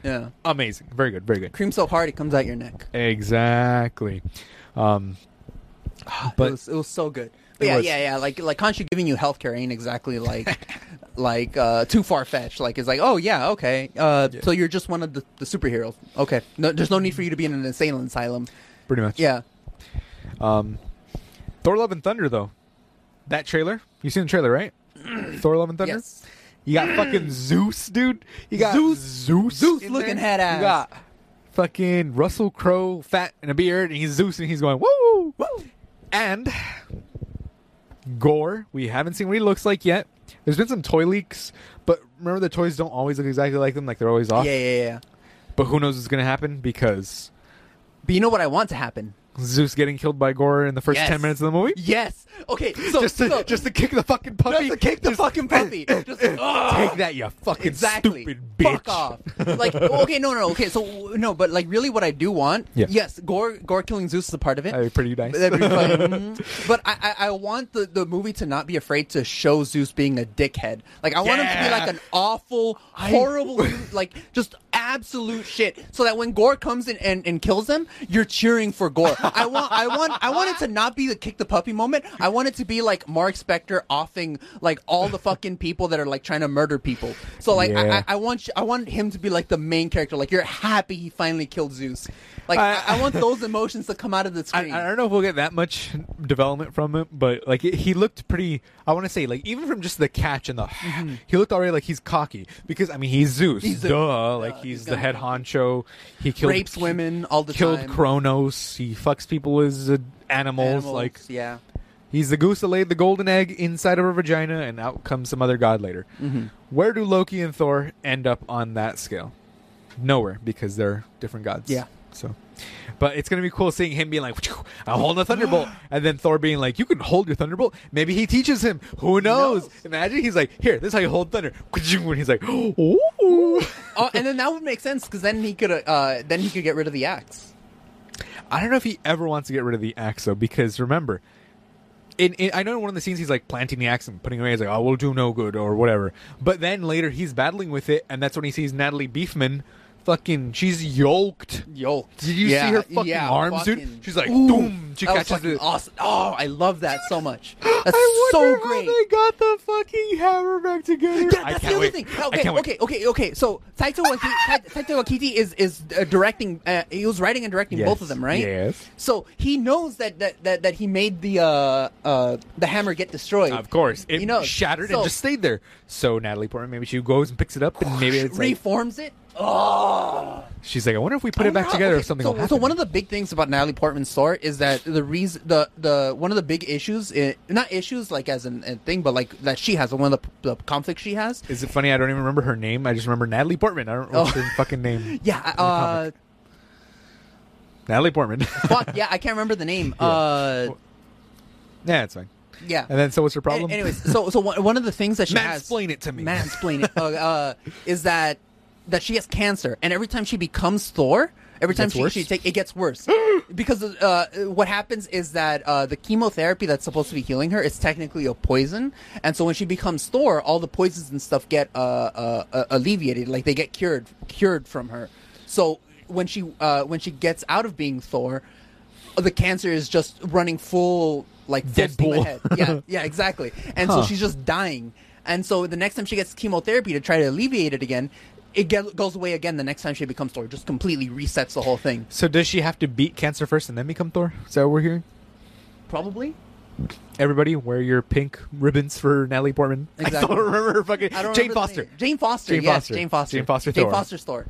[SPEAKER 3] yeah.
[SPEAKER 2] Amazing, very good, very good.
[SPEAKER 3] Cream so hard it comes out your neck.
[SPEAKER 2] Exactly. Um,
[SPEAKER 3] it
[SPEAKER 2] but
[SPEAKER 3] was, it was so good. But
[SPEAKER 2] It
[SPEAKER 3] yeah,
[SPEAKER 2] was.
[SPEAKER 3] yeah, yeah. Like like Contra giving you healthcare ain't exactly like like uh, too far fetched. Like it's like oh yeah okay. Uh, So you're just one of the, the superheroes. Okay, no, there's no need for you to be in an insane asylum.
[SPEAKER 2] pretty much.
[SPEAKER 3] Yeah,
[SPEAKER 2] Um, Thor: Love and Thunder, though. That trailer, you seen the trailer, right? Thor: Love and Thunder.
[SPEAKER 3] Yes.
[SPEAKER 2] You got fucking Zeus, dude. You got
[SPEAKER 3] Zeus.
[SPEAKER 2] Zeus,
[SPEAKER 3] Zeus
[SPEAKER 2] in
[SPEAKER 3] looking
[SPEAKER 2] there.
[SPEAKER 3] head ass.
[SPEAKER 2] You got fucking Russell Crowe, fat and a beard, and he's Zeus, and he's going woo woo. And Gore, we haven't seen what he looks like yet. There's been some toy leaks, but remember the toys don't always look exactly like them; like they're always
[SPEAKER 3] yeah,
[SPEAKER 2] off.
[SPEAKER 3] yeah, yeah, yeah.
[SPEAKER 2] But who knows what's gonna happen because
[SPEAKER 3] But you know what I want to happen?
[SPEAKER 2] Zeus getting killed by Gore in the first
[SPEAKER 3] Yes.
[SPEAKER 2] ten minutes of the movie.
[SPEAKER 3] Yes. Okay. So
[SPEAKER 2] just to
[SPEAKER 3] so,
[SPEAKER 2] just to kick the fucking puppy.
[SPEAKER 3] just to kick the fucking puppy. Just, ugh.
[SPEAKER 2] Take that, you fucking
[SPEAKER 3] exactly.
[SPEAKER 2] stupid bitch.
[SPEAKER 3] Fuck off. Like okay, no, no, okay. So no, but like really, what I do want,
[SPEAKER 2] Yeah.
[SPEAKER 3] yes, Gore, Gore killing Zeus is a part of it.
[SPEAKER 2] That'd be pretty nice.
[SPEAKER 3] That'd be fun. Mhm. But I, I, I want the, the movie to not be afraid to show Zeus being a dickhead. Like I want him to be
[SPEAKER 2] Yeah.
[SPEAKER 3] like an awful, horrible, dude, like just absolute shit. So that when Gore comes in and, and kills them, you're cheering for Gore. I want I want I want it to not be the kick the puppy moment. I want it to be like Mark Spector offing like all the fucking people that are like trying to murder people. So like I,
[SPEAKER 2] Yeah.
[SPEAKER 3] I, I want you- I want him to be like the main character. Like you're happy he finally killed Zeus. Like
[SPEAKER 2] I-
[SPEAKER 3] I, I want those emotions to come out of the
[SPEAKER 2] I,
[SPEAKER 3] screen.
[SPEAKER 2] I don't know if we'll get that much development from him, but like it, he looked pretty. I want to say like even from just the catch and the, he looked already like he's cocky because I mean he's Zeus,
[SPEAKER 3] Mm-hmm. He's
[SPEAKER 2] duh,
[SPEAKER 3] Zeus.
[SPEAKER 2] like
[SPEAKER 3] Duh,
[SPEAKER 2] he's,
[SPEAKER 3] he's
[SPEAKER 2] the
[SPEAKER 3] gonna-
[SPEAKER 2] head honcho. He killed,
[SPEAKER 3] rapes women all the
[SPEAKER 2] killed
[SPEAKER 3] time.
[SPEAKER 2] Kronos. He fucks people as uh, animals. Like
[SPEAKER 3] yeah,
[SPEAKER 2] He's the goose that laid the golden egg inside of her vagina, and out comes some other god later.
[SPEAKER 3] Mm-hmm.
[SPEAKER 2] Where do Loki and Thor end up on that scale? Nowhere, because they're different gods.
[SPEAKER 3] Yeah.
[SPEAKER 2] So, but it's gonna be cool seeing him being like, "I hold a thunderbolt," and then Thor being like, "You can hold your thunderbolt." Maybe he teaches him. Who knows?
[SPEAKER 3] knows?
[SPEAKER 2] Imagine he's like, "Here, this is how you hold thunder." And he's like, "Ooh."
[SPEAKER 3] oh, and then that would make sense because then he could uh, uh, then he could get rid of the axe.
[SPEAKER 2] I don't know if he ever wants to get rid of the axe though, because remember, in, in I know in one of the scenes he's like planting the axe and putting it away. He's like, "I will do no good" or whatever. But then later he's battling with it, and that's when he sees Natalie Beefman. Fucking, she's yoked.
[SPEAKER 3] Yo,
[SPEAKER 2] Did you see her fucking arms, dude? She's like, boom, she
[SPEAKER 3] that was
[SPEAKER 2] catches
[SPEAKER 3] fucking
[SPEAKER 2] it.
[SPEAKER 3] Awesome. Oh, I love that so much. That's
[SPEAKER 2] I
[SPEAKER 3] so
[SPEAKER 2] wonder
[SPEAKER 3] great.
[SPEAKER 2] How they got the fucking hammer back together.
[SPEAKER 3] Yeah,
[SPEAKER 2] I can't
[SPEAKER 3] that's the other
[SPEAKER 2] wait.
[SPEAKER 3] thing. Oh,
[SPEAKER 2] I
[SPEAKER 3] Okay,
[SPEAKER 2] can't wait.
[SPEAKER 3] okay, okay, okay. So Taito Wakiti, Taito Wakiti is is uh, directing. Uh, he was writing and directing
[SPEAKER 2] Yes,
[SPEAKER 3] both of them, right?
[SPEAKER 2] yes.
[SPEAKER 3] So he knows that that that, that he made the uh, uh, the hammer get destroyed.
[SPEAKER 2] Of course, it
[SPEAKER 3] you know,
[SPEAKER 2] shattered
[SPEAKER 3] so
[SPEAKER 2] and just stayed there. So Natalie Portman, maybe she goes and picks it up, and maybe it's like,
[SPEAKER 3] reforms it. Oh,
[SPEAKER 2] she's like, I wonder if we put it back
[SPEAKER 3] Wow,
[SPEAKER 2] together
[SPEAKER 3] Oh, okay,
[SPEAKER 2] or something.
[SPEAKER 3] So,
[SPEAKER 2] will
[SPEAKER 3] so
[SPEAKER 2] happen.
[SPEAKER 3] one of the big things about Natalie Portman's story is that the reason the the one of the big issues, i not issues like as an a thing, but like that she has one of the, the conflicts she has.
[SPEAKER 2] Is it funny? I don't even remember her name. I just remember Natalie Portman. I
[SPEAKER 3] Oh.
[SPEAKER 2] don't know what's her fucking name.
[SPEAKER 3] Yeah, uh,
[SPEAKER 2] Natalie Portman.
[SPEAKER 3] fuck yeah, I can't remember the name. Uh,
[SPEAKER 2] yeah, it's fine.
[SPEAKER 3] yeah.
[SPEAKER 2] And then, so what's her
[SPEAKER 3] A-
[SPEAKER 2] problem?
[SPEAKER 3] Anyways, so so one, one of the things that she has
[SPEAKER 2] Mansplain it to me.
[SPEAKER 3] Mansplain it. Uh, uh, is that that she has cancer, and every time she becomes Thor, every time
[SPEAKER 2] gets
[SPEAKER 3] she,
[SPEAKER 2] worse?
[SPEAKER 3] she take it gets worse because uh, what happens is that uh, the chemotherapy that's supposed to be healing her is technically a poison, and so when she becomes Thor, all the poisons and stuff get uh, uh, uh, alleviated, like they get cured cured from her. So when she uh, when she gets out of being Thor. The cancer is just running full, like full steam
[SPEAKER 2] Deadpool.
[SPEAKER 3] ahead. Yeah, yeah, exactly. And so
[SPEAKER 2] Huh.
[SPEAKER 3] she's just dying. And so the next time she gets chemotherapy to try to alleviate it again, it get, goes away again the next time she becomes Thor. Just completely resets the whole thing.
[SPEAKER 2] so does she have to beat cancer first and then become Thor? Is that what we're hearing?
[SPEAKER 3] Probably.
[SPEAKER 2] Everybody, wear your pink ribbons for Natalie Portman. I
[SPEAKER 3] Exactly.
[SPEAKER 2] don't remember her fucking
[SPEAKER 3] I don't
[SPEAKER 2] Jane
[SPEAKER 3] remember the
[SPEAKER 2] Foster.
[SPEAKER 3] name. Jane Foster.
[SPEAKER 2] Jane
[SPEAKER 3] yes,
[SPEAKER 2] Foster.
[SPEAKER 3] Jane Foster.
[SPEAKER 2] Jane Foster
[SPEAKER 3] Jane
[SPEAKER 2] Thor.
[SPEAKER 3] Foster's Thor.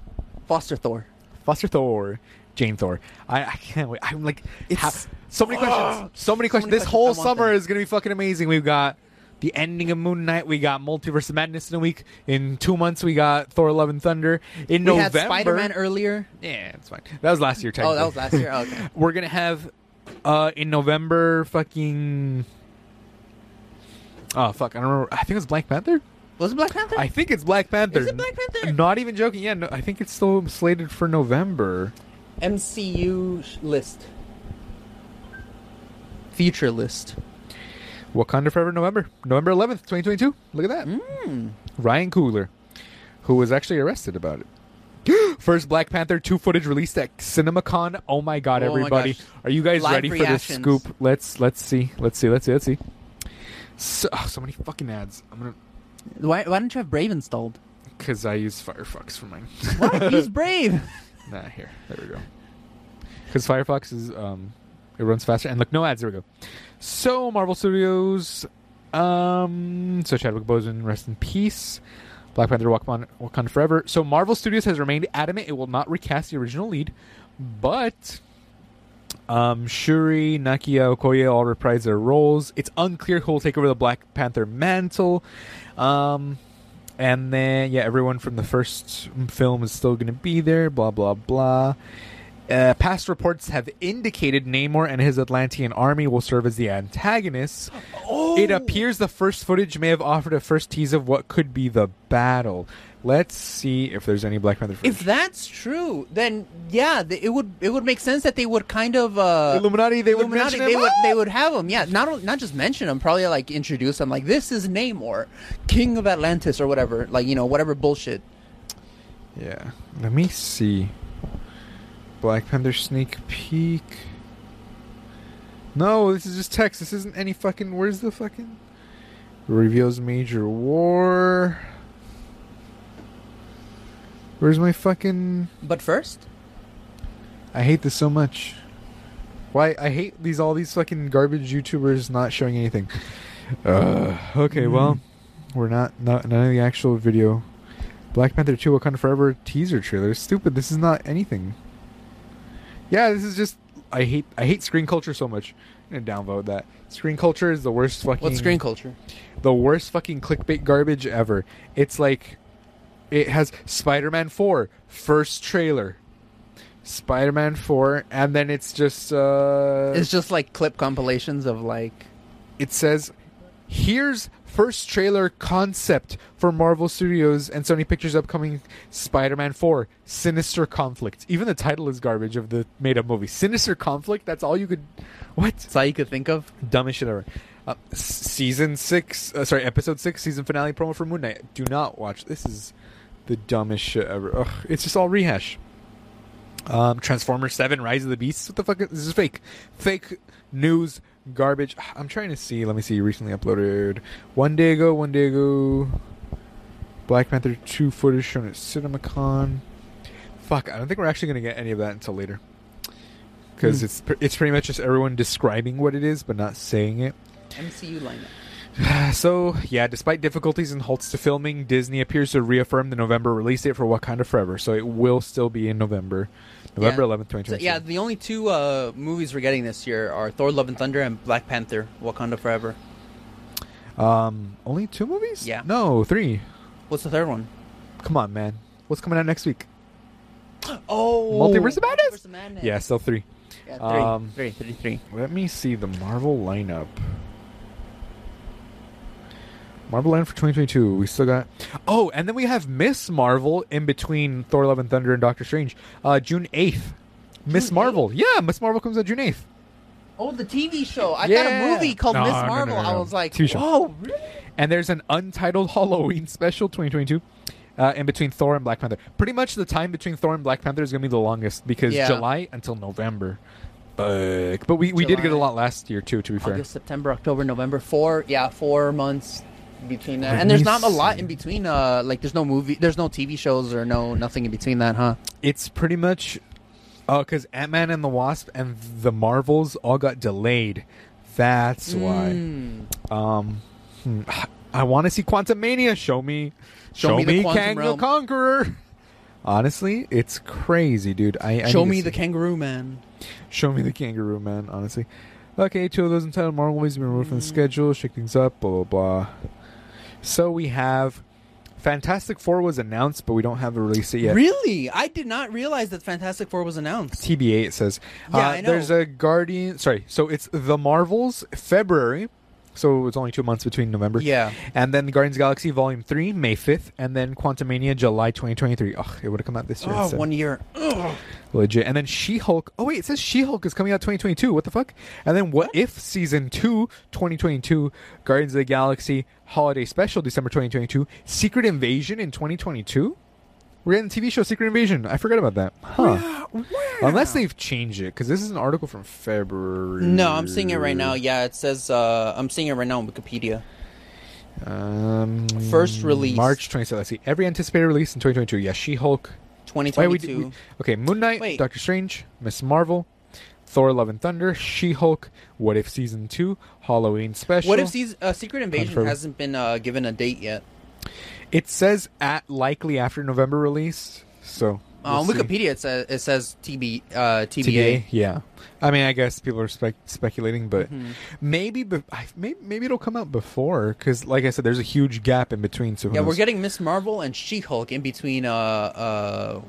[SPEAKER 3] Foster Thor.
[SPEAKER 2] Foster Thor. Jane Thor. I, I can't wait. I'm like,
[SPEAKER 3] It's-
[SPEAKER 2] how- so many questions. So many questions. this
[SPEAKER 3] questions. I
[SPEAKER 2] whole
[SPEAKER 3] want
[SPEAKER 2] summer
[SPEAKER 3] them.
[SPEAKER 2] is gonna be fucking amazing. We've got the ending of Moon Knight. We got Multiverse of Madness in a week. In two months, we got Thor: Love and Thunder. In
[SPEAKER 3] We had
[SPEAKER 2] November,
[SPEAKER 3] Spider Man earlier.
[SPEAKER 2] Yeah, it's fine. That was last year.
[SPEAKER 3] Oh,
[SPEAKER 2] Technically.
[SPEAKER 3] that was last year. Oh, okay.
[SPEAKER 2] We're gonna have uh in November fucking Oh fuck, I don't remember. I think it's Black Panther.
[SPEAKER 3] Was it Black Panther?
[SPEAKER 2] I think it's Black Panther.
[SPEAKER 3] it Black Panther?
[SPEAKER 2] N- Not even joking. Yeah, no, I think it's still slated for November.
[SPEAKER 3] MCU sh- list. Future list.
[SPEAKER 2] Wakanda Forever November. November 11th, 2022. Look at that.
[SPEAKER 3] Mm.
[SPEAKER 2] Ryan Coogler, who was actually arrested about it. First Black Panther 2 footage released at CinemaCon. Oh my god,
[SPEAKER 3] Oh my
[SPEAKER 2] everybody.
[SPEAKER 3] gosh.
[SPEAKER 2] Are you guys
[SPEAKER 3] Live
[SPEAKER 2] ready
[SPEAKER 3] reactions.
[SPEAKER 2] for this scoop? Let's let's see. Let's see. Let's see. Let's see. So, oh, so many fucking ads. I'm going to
[SPEAKER 3] Why, why don't you have Brave installed?
[SPEAKER 2] Because I use Firefox for mine.
[SPEAKER 3] What? He's Brave.
[SPEAKER 2] nah, here. There we go. Because Firefox is, um, it runs faster. And look, no ads. There we go. So, Marvel Studios, um, so Chadwick Boseman, rest in peace. Black Panther, Wakanda, Wakanda Forever. So, Marvel Studios has remained adamant it will not recast the original lead, but um, Shuri, Nakia, Okoye all reprise their roles. It's unclear who will take over the Black Panther mantle. Um, and then, yeah, everyone from the first film is still going to be there, blah, blah, blah. Uh, past reports have indicated Namor and his Atlantean army will serve as the antagonists.
[SPEAKER 3] Oh.
[SPEAKER 2] It appears the first footage may have offered a first tease of what could be the battle. Let's see if there's any Black Panther footage.
[SPEAKER 3] If that's true, then yeah, th- it would it would make sense that they would kind of uh,
[SPEAKER 2] Illuminati, they would
[SPEAKER 3] Illuminati,
[SPEAKER 2] mention
[SPEAKER 3] they
[SPEAKER 2] him.
[SPEAKER 3] would they would have him. Yeah, not on- not just mention him, probably like introduce him. Like this is Namor, King of Atlantis, or whatever. Like you know whatever bullshit.
[SPEAKER 2] Yeah. Let me see. Black Panther sneak peek. No, this is just text. This isn't any fucking. Where's the fucking. Reveals major war. Where's my fucking.
[SPEAKER 3] But first,
[SPEAKER 2] I hate this so much. Why I hate these all these fucking garbage YouTubers not showing anything. Uh, okay, well, we're not not none of the actual video. Black Panther Two: Wakanda Forever teaser trailer. Stupid. This is not anything. Yeah, this is just. I hate I hate screen culture so much. I'm gonna downvote that. Screen culture is the worst fucking
[SPEAKER 3] what's screen culture?
[SPEAKER 2] the worst fucking clickbait garbage ever. It's like it has Spider-Man 4 first trailer. Spider-Man 4 and then it's just uh
[SPEAKER 3] It's just like clip compilations of like
[SPEAKER 2] it says here's first trailer concept for Marvel Studios and Sony Pictures upcoming Spider-Man 4 Sinister Conflict. Even the title is garbage of the made-up movie. Sinister Conflict, that's all you could What?
[SPEAKER 3] it's all you could think of.
[SPEAKER 2] dumbest shit ever. Uh, s- season six, uh, sorry, episode six, season finale promo for Moon Knight. Do not watch. This is the dumbest shit ever. Ugh, it's just all rehash. Um, Transformers Seven: Rise of the Beasts. What the fuck? Is, this is fake, fake news, garbage. I'm trying to see. Let me see. Recently uploaded one day ago. One day ago. Black Panther two footage shown at CinemaCon. Fuck, I don't think we're actually gonna get any of that until later because it's pr- it's pretty much just everyone describing what it is but not saying it.
[SPEAKER 3] MCU lineup.
[SPEAKER 2] So yeah, despite difficulties and halts to filming, Disney appears to reaffirm the November release date for Wakanda Forever. So it will still be in November, November
[SPEAKER 3] Yeah.
[SPEAKER 2] eleventh, twenty
[SPEAKER 3] So,
[SPEAKER 2] twenty.
[SPEAKER 3] yeah, the only two uh, movies we're getting this year are Thor: Love and Thunder and Black Panther: Wakanda Forever.
[SPEAKER 2] Um, only two movies?
[SPEAKER 3] Yeah.
[SPEAKER 2] No, three.
[SPEAKER 3] What's the third one?
[SPEAKER 2] Come on, man. What's coming out next week?
[SPEAKER 3] Oh,
[SPEAKER 2] Multiverse of Madness?
[SPEAKER 3] Multiverse of Madness.
[SPEAKER 2] Yeah, still three.
[SPEAKER 3] Yeah, three,
[SPEAKER 2] Um,
[SPEAKER 3] three, three, three.
[SPEAKER 2] Let me see the Marvel lineup. Marvel lineup for 2022. We still got. Oh, and then we have Miss Marvel in between Thor: Love and Thunder and Doctor Strange. Uh, June 8th. Miss
[SPEAKER 3] June
[SPEAKER 2] Marvel. Yeah, Miss Marvel comes out June 8th.
[SPEAKER 3] Oh, the TV show. I
[SPEAKER 2] Yeah.
[SPEAKER 3] got a movie called
[SPEAKER 2] No,
[SPEAKER 3] Miss
[SPEAKER 2] no, no,
[SPEAKER 3] Marvel.
[SPEAKER 2] no,
[SPEAKER 3] I
[SPEAKER 2] no.
[SPEAKER 3] was like,
[SPEAKER 2] TV show.
[SPEAKER 3] whoa, Oh, really?
[SPEAKER 2] And there's an untitled Halloween special 2022. Uh, in between Thor and Black Panther, pretty much the time between Thor and Black Panther is going to be the longest because
[SPEAKER 3] Yeah.
[SPEAKER 2] July until November. Fuck. But we, we did get a
[SPEAKER 3] July.
[SPEAKER 2] lot last year too. To be fair,
[SPEAKER 3] August, September, October, November. Four, yeah, four months between that.
[SPEAKER 2] Let
[SPEAKER 3] And there's
[SPEAKER 2] me
[SPEAKER 3] not a lot
[SPEAKER 2] see.
[SPEAKER 3] in between. Uh, like there's no movie, there's no TV shows or no nothing in between that, huh?
[SPEAKER 2] it's pretty much oh because ant-man and the wasp and the marvels all got delayed that's
[SPEAKER 3] Mm.
[SPEAKER 2] why um hmm, i want to see quantum mania show me
[SPEAKER 3] Show me the Quantum
[SPEAKER 2] kang the
[SPEAKER 3] Realm.
[SPEAKER 2] conqueror Honestly, it's crazy, dude. I, I
[SPEAKER 3] Show
[SPEAKER 2] need to
[SPEAKER 3] me
[SPEAKER 2] see-
[SPEAKER 3] the kangaroo man.
[SPEAKER 2] Show me the kangaroo man. Honestly, okay. Two of those entitled Marvel movies have been removed from
[SPEAKER 3] Mm.
[SPEAKER 2] the schedule. Shake things up. Blah blah blah. So we have Fantastic Four was announced, but we don't have a release date yet.
[SPEAKER 3] Really? I did not realize that Fantastic Four was announced.
[SPEAKER 2] TBA it says.
[SPEAKER 3] Yeah,
[SPEAKER 2] uh,
[SPEAKER 3] I know.
[SPEAKER 2] There's a Guardian. Sorry, so it's the Marvels February. So it's only two months between November.
[SPEAKER 3] Yeah.
[SPEAKER 2] And then Guardians of the Galaxy Volume Three May fifth, and then Quantumania July 2023. Ugh, it would have come out this year.
[SPEAKER 3] Oh,
[SPEAKER 2] instead.
[SPEAKER 3] one year. Ugh.
[SPEAKER 2] Legit. And then She Hulk. Oh, wait, it says She Hulk is coming out 2022. What the fuck? And then What If Season 2, 2022, Guardians of the Galaxy Holiday Special, December 2022, Secret Invasion in 2022? We're getting the TV show Secret Invasion. I forgot about that.
[SPEAKER 3] Ah,
[SPEAKER 2] Huh. Unless they've changed it, because this is an article from February.
[SPEAKER 3] No, I'm seeing it right now. Yeah, it says uh, I'm seeing it right now on Wikipedia.
[SPEAKER 2] Um,
[SPEAKER 3] First release.
[SPEAKER 2] March 27th. Let's see. Every anticipated release in 2022. Yeah, She Hulk. Wait, we,
[SPEAKER 3] 2022.
[SPEAKER 2] did- we, okay, Moon Knight,
[SPEAKER 3] Wait.
[SPEAKER 2] Doctor Strange, Miss Marvel, Thor: Love and Thunder, She Hulk, What If season two, Halloween special.
[SPEAKER 3] what if season, uh, Secret Invasion
[SPEAKER 2] Confirm.
[SPEAKER 3] hasn't been uh, given a date yet?
[SPEAKER 2] it says at likely after November release? So
[SPEAKER 3] Uh, on
[SPEAKER 2] we'll see.
[SPEAKER 3] Wikipedia, it says it says TB, uh, TBA.
[SPEAKER 2] TBA, yeah. I mean, I guess people are spec- speculating,
[SPEAKER 3] Mm-hmm.
[SPEAKER 2] but
[SPEAKER 3] Hmm.
[SPEAKER 2] maybe, be- I- maybe maybe it'll come out before because, like I said, there's a huge gap in between. So who
[SPEAKER 3] Yeah, we're
[SPEAKER 2] knows?
[SPEAKER 3] getting Miss Marvel and She Hulk in between. Uh, uh,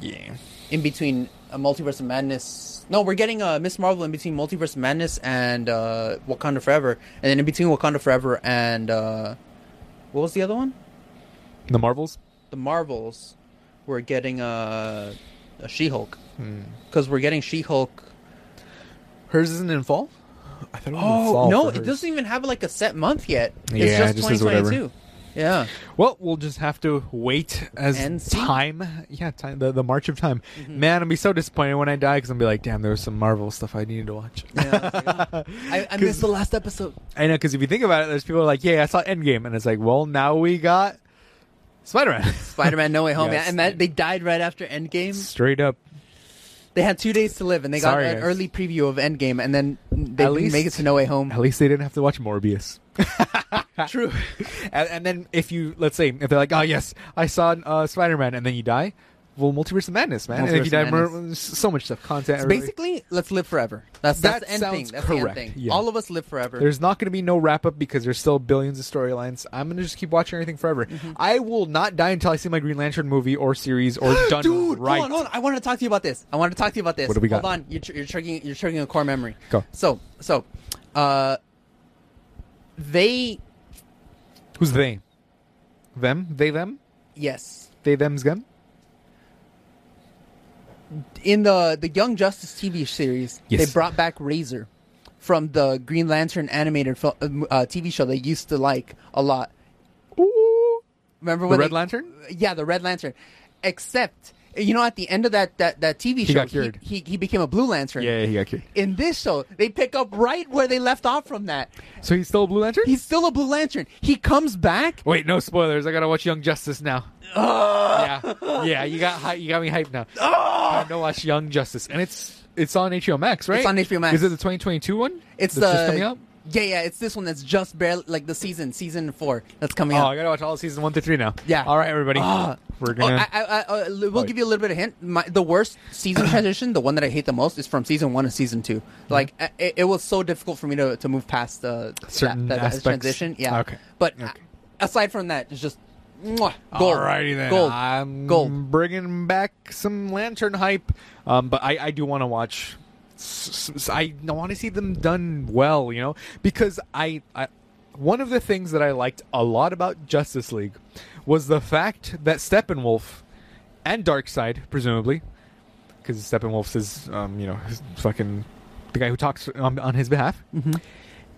[SPEAKER 2] yeah.
[SPEAKER 3] in between uh, Multiverse of Madness. No, we're getting uh, Miss Marvel in between Multiverse of Madness and uh, Wakanda Forever, and then in between Wakanda Forever and uh, what was the other one?
[SPEAKER 2] The Marvels.
[SPEAKER 3] the Marvels, we're getting uh, a She Hulk
[SPEAKER 2] Hmm.
[SPEAKER 3] because we're getting She Hulk.
[SPEAKER 2] Hers isn't in fall. I thought it was in
[SPEAKER 3] Oh
[SPEAKER 2] fall
[SPEAKER 3] no,
[SPEAKER 2] for
[SPEAKER 3] it
[SPEAKER 2] hers.
[SPEAKER 3] doesn't even have like a set month yet. It's
[SPEAKER 2] Yeah, it
[SPEAKER 3] just
[SPEAKER 2] just
[SPEAKER 3] twenty
[SPEAKER 2] says whatever.
[SPEAKER 3] twenty two. Yeah,
[SPEAKER 2] Well, we'll just have to wait as
[SPEAKER 3] And see. Mm-hmm.
[SPEAKER 2] time. Yeah, time. The, the march of time. Man, I'll be so disappointed when I die because I'll be like, damn, there was some Marvel stuff I needed to watch.
[SPEAKER 3] yeah. I, was like, oh. I, I missed the last episode.
[SPEAKER 2] I know because if you think about it, there's people like, yeah, I saw Endgame, and it's like, well, now we got Spider Man.
[SPEAKER 3] Spider Man No Way Home,
[SPEAKER 2] Yes.
[SPEAKER 3] yeah, and that, they died right after Endgame.
[SPEAKER 2] Straight up,
[SPEAKER 3] They had two days to live, and they got
[SPEAKER 2] Sorry,
[SPEAKER 3] an
[SPEAKER 2] guys.
[SPEAKER 3] early preview of Endgame, and then they
[SPEAKER 2] At
[SPEAKER 3] didn't make it
[SPEAKER 2] least-
[SPEAKER 3] to No Way Home.
[SPEAKER 2] at least they didn't have to watch Morbius.
[SPEAKER 3] True.
[SPEAKER 2] and, and then if you let's say if they're like, oh yes, I saw uh, Spider Man, and then you die, well, Multiverse of Madness, man. and if you
[SPEAKER 3] Multiverse
[SPEAKER 2] die,
[SPEAKER 3] of
[SPEAKER 2] Mar- so much stuff, content.
[SPEAKER 3] It's
[SPEAKER 2] everybody-
[SPEAKER 3] basically, let's live forever. That's that's
[SPEAKER 2] That
[SPEAKER 3] the end
[SPEAKER 2] sounds
[SPEAKER 3] thing. That's
[SPEAKER 2] correct,
[SPEAKER 3] the end thing.
[SPEAKER 2] yeah.
[SPEAKER 3] All of us live forever.
[SPEAKER 2] There's not going to be no wrap up because there's still billions of storylines. I'm going to just keep watching everything forever.
[SPEAKER 3] Mm-hmm.
[SPEAKER 2] I will not die until I see my Green Lantern movie or series or done
[SPEAKER 3] Dude,
[SPEAKER 2] right.
[SPEAKER 3] hold on, hold on. I wanted to talk to you about this. I wanted to talk to you about this.
[SPEAKER 2] What do we got?
[SPEAKER 3] Hold on. You're, tr- you're triggering. You're triggering a core memory.
[SPEAKER 2] Go.
[SPEAKER 3] So, so, uh, they
[SPEAKER 2] Who's they? Them? They them?
[SPEAKER 3] yes
[SPEAKER 2] They them's them?
[SPEAKER 3] in the the Young Justice TV series
[SPEAKER 2] Yes.
[SPEAKER 3] they brought back Razor from the Green Lantern animated fil- uh, m- uh, TV show they used to like a lot.
[SPEAKER 2] Ooh.
[SPEAKER 3] Remember
[SPEAKER 2] The
[SPEAKER 3] when
[SPEAKER 2] Red
[SPEAKER 3] they-
[SPEAKER 2] Lantern?
[SPEAKER 3] Yeah, the Red Lantern. Except you know, at the end of that that, that TV show,
[SPEAKER 2] got cured.
[SPEAKER 3] He, he he became a Blue Lantern.
[SPEAKER 2] Yeah, he got kicked.
[SPEAKER 3] In this show, they pick up right where they left off from that.
[SPEAKER 2] So he's still a Blue Lantern?
[SPEAKER 3] He's still a Blue Lantern. He comes back.
[SPEAKER 2] Wait, no spoilers. I gotta watch Young Justice now.
[SPEAKER 3] Ah!
[SPEAKER 2] yeah, yeah. You got hy- you got me hyped now. Time to watch Young Justice, and it's it's on HBO Max, right?
[SPEAKER 3] It's on HBO Max.
[SPEAKER 2] Is it the 2022 one? that's
[SPEAKER 3] It's the
[SPEAKER 2] just coming out.
[SPEAKER 3] yeah, yeah. It's this one that's just barely like the season, season four that's coming
[SPEAKER 2] Oh,
[SPEAKER 3] out.
[SPEAKER 2] I gotta watch all of season one through three now.
[SPEAKER 3] Yeah.
[SPEAKER 2] All right, everybody.
[SPEAKER 3] Ah.
[SPEAKER 2] We're
[SPEAKER 3] Oh,
[SPEAKER 2] gonna.
[SPEAKER 3] I, I, I, uh, l- we'll give you a little bit of hint. My, the worst season transition, the one that I hate the most, is from season one to season two.
[SPEAKER 2] Mm-hmm.
[SPEAKER 3] Like I- it, it was so difficult for me to, to move past the that-
[SPEAKER 2] Certain
[SPEAKER 3] that, that
[SPEAKER 2] aspects.
[SPEAKER 3] transition. Yeah.
[SPEAKER 2] Okay.
[SPEAKER 3] But
[SPEAKER 2] Okay.
[SPEAKER 3] a- aside from that, it's just mwah, gold.
[SPEAKER 2] Alrighty then.
[SPEAKER 3] Gold.
[SPEAKER 2] I'm
[SPEAKER 3] Gold.
[SPEAKER 2] bringing back some Lantern hype, um, but I, I do want to watch. s- s- I want to see them done well, you know, because I, I one of the things that I liked a lot about Justice League was the fact that Steppenwolf and Darkseid, presumably, because Steppenwolf is, um, you know, his fucking the guy who talks on, on his behalf,
[SPEAKER 3] Mm-hmm.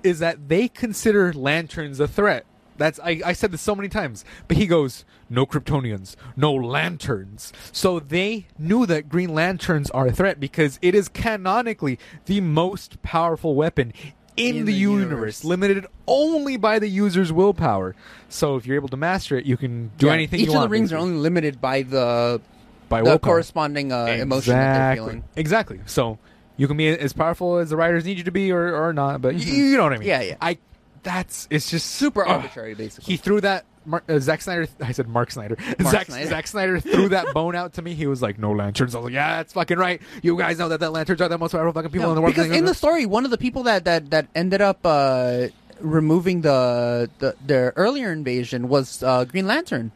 [SPEAKER 2] is that they consider lanterns a threat. That's I, I said this so many times, but he goes, "No Kryptonians, no lanterns." So they knew that Green Lanterns are a threat because it is canonically the most powerful weapon in, the, universe. limited only by the user's willpower. So if you're able to master it, you can do
[SPEAKER 3] Yeah.
[SPEAKER 2] anything.
[SPEAKER 3] Each
[SPEAKER 2] you
[SPEAKER 3] of the
[SPEAKER 2] want,
[SPEAKER 3] rings are
[SPEAKER 2] basically.
[SPEAKER 3] only limited by the
[SPEAKER 2] by
[SPEAKER 3] the
[SPEAKER 2] willpower.
[SPEAKER 3] corresponding uh, emotion that they're
[SPEAKER 2] Exactly.
[SPEAKER 3] feeling.
[SPEAKER 2] Exactly. So you can be as powerful as the writers need you to be, or or not. But y- you, know what I mean.
[SPEAKER 3] Mm-hmm. Yeah, yeah.
[SPEAKER 2] I. That's it's just
[SPEAKER 3] Super
[SPEAKER 2] Ugh.
[SPEAKER 3] arbitrary, basically.
[SPEAKER 2] He threw that Mar- uh, Zack Snyder. I said Mark Snyder.
[SPEAKER 3] Mark
[SPEAKER 2] Zack,
[SPEAKER 3] Snyder.
[SPEAKER 2] Zack Snyder threw that bone out to me. He was like, "No lanterns." I was like, "Yeah, that's fucking right. You guys know that the lanterns are the most powerful fucking people
[SPEAKER 3] No,
[SPEAKER 2] in the world."
[SPEAKER 3] because in the story, one of the people that that that ended up uh, removing the, the their earlier invasion was uh, Green Lantern.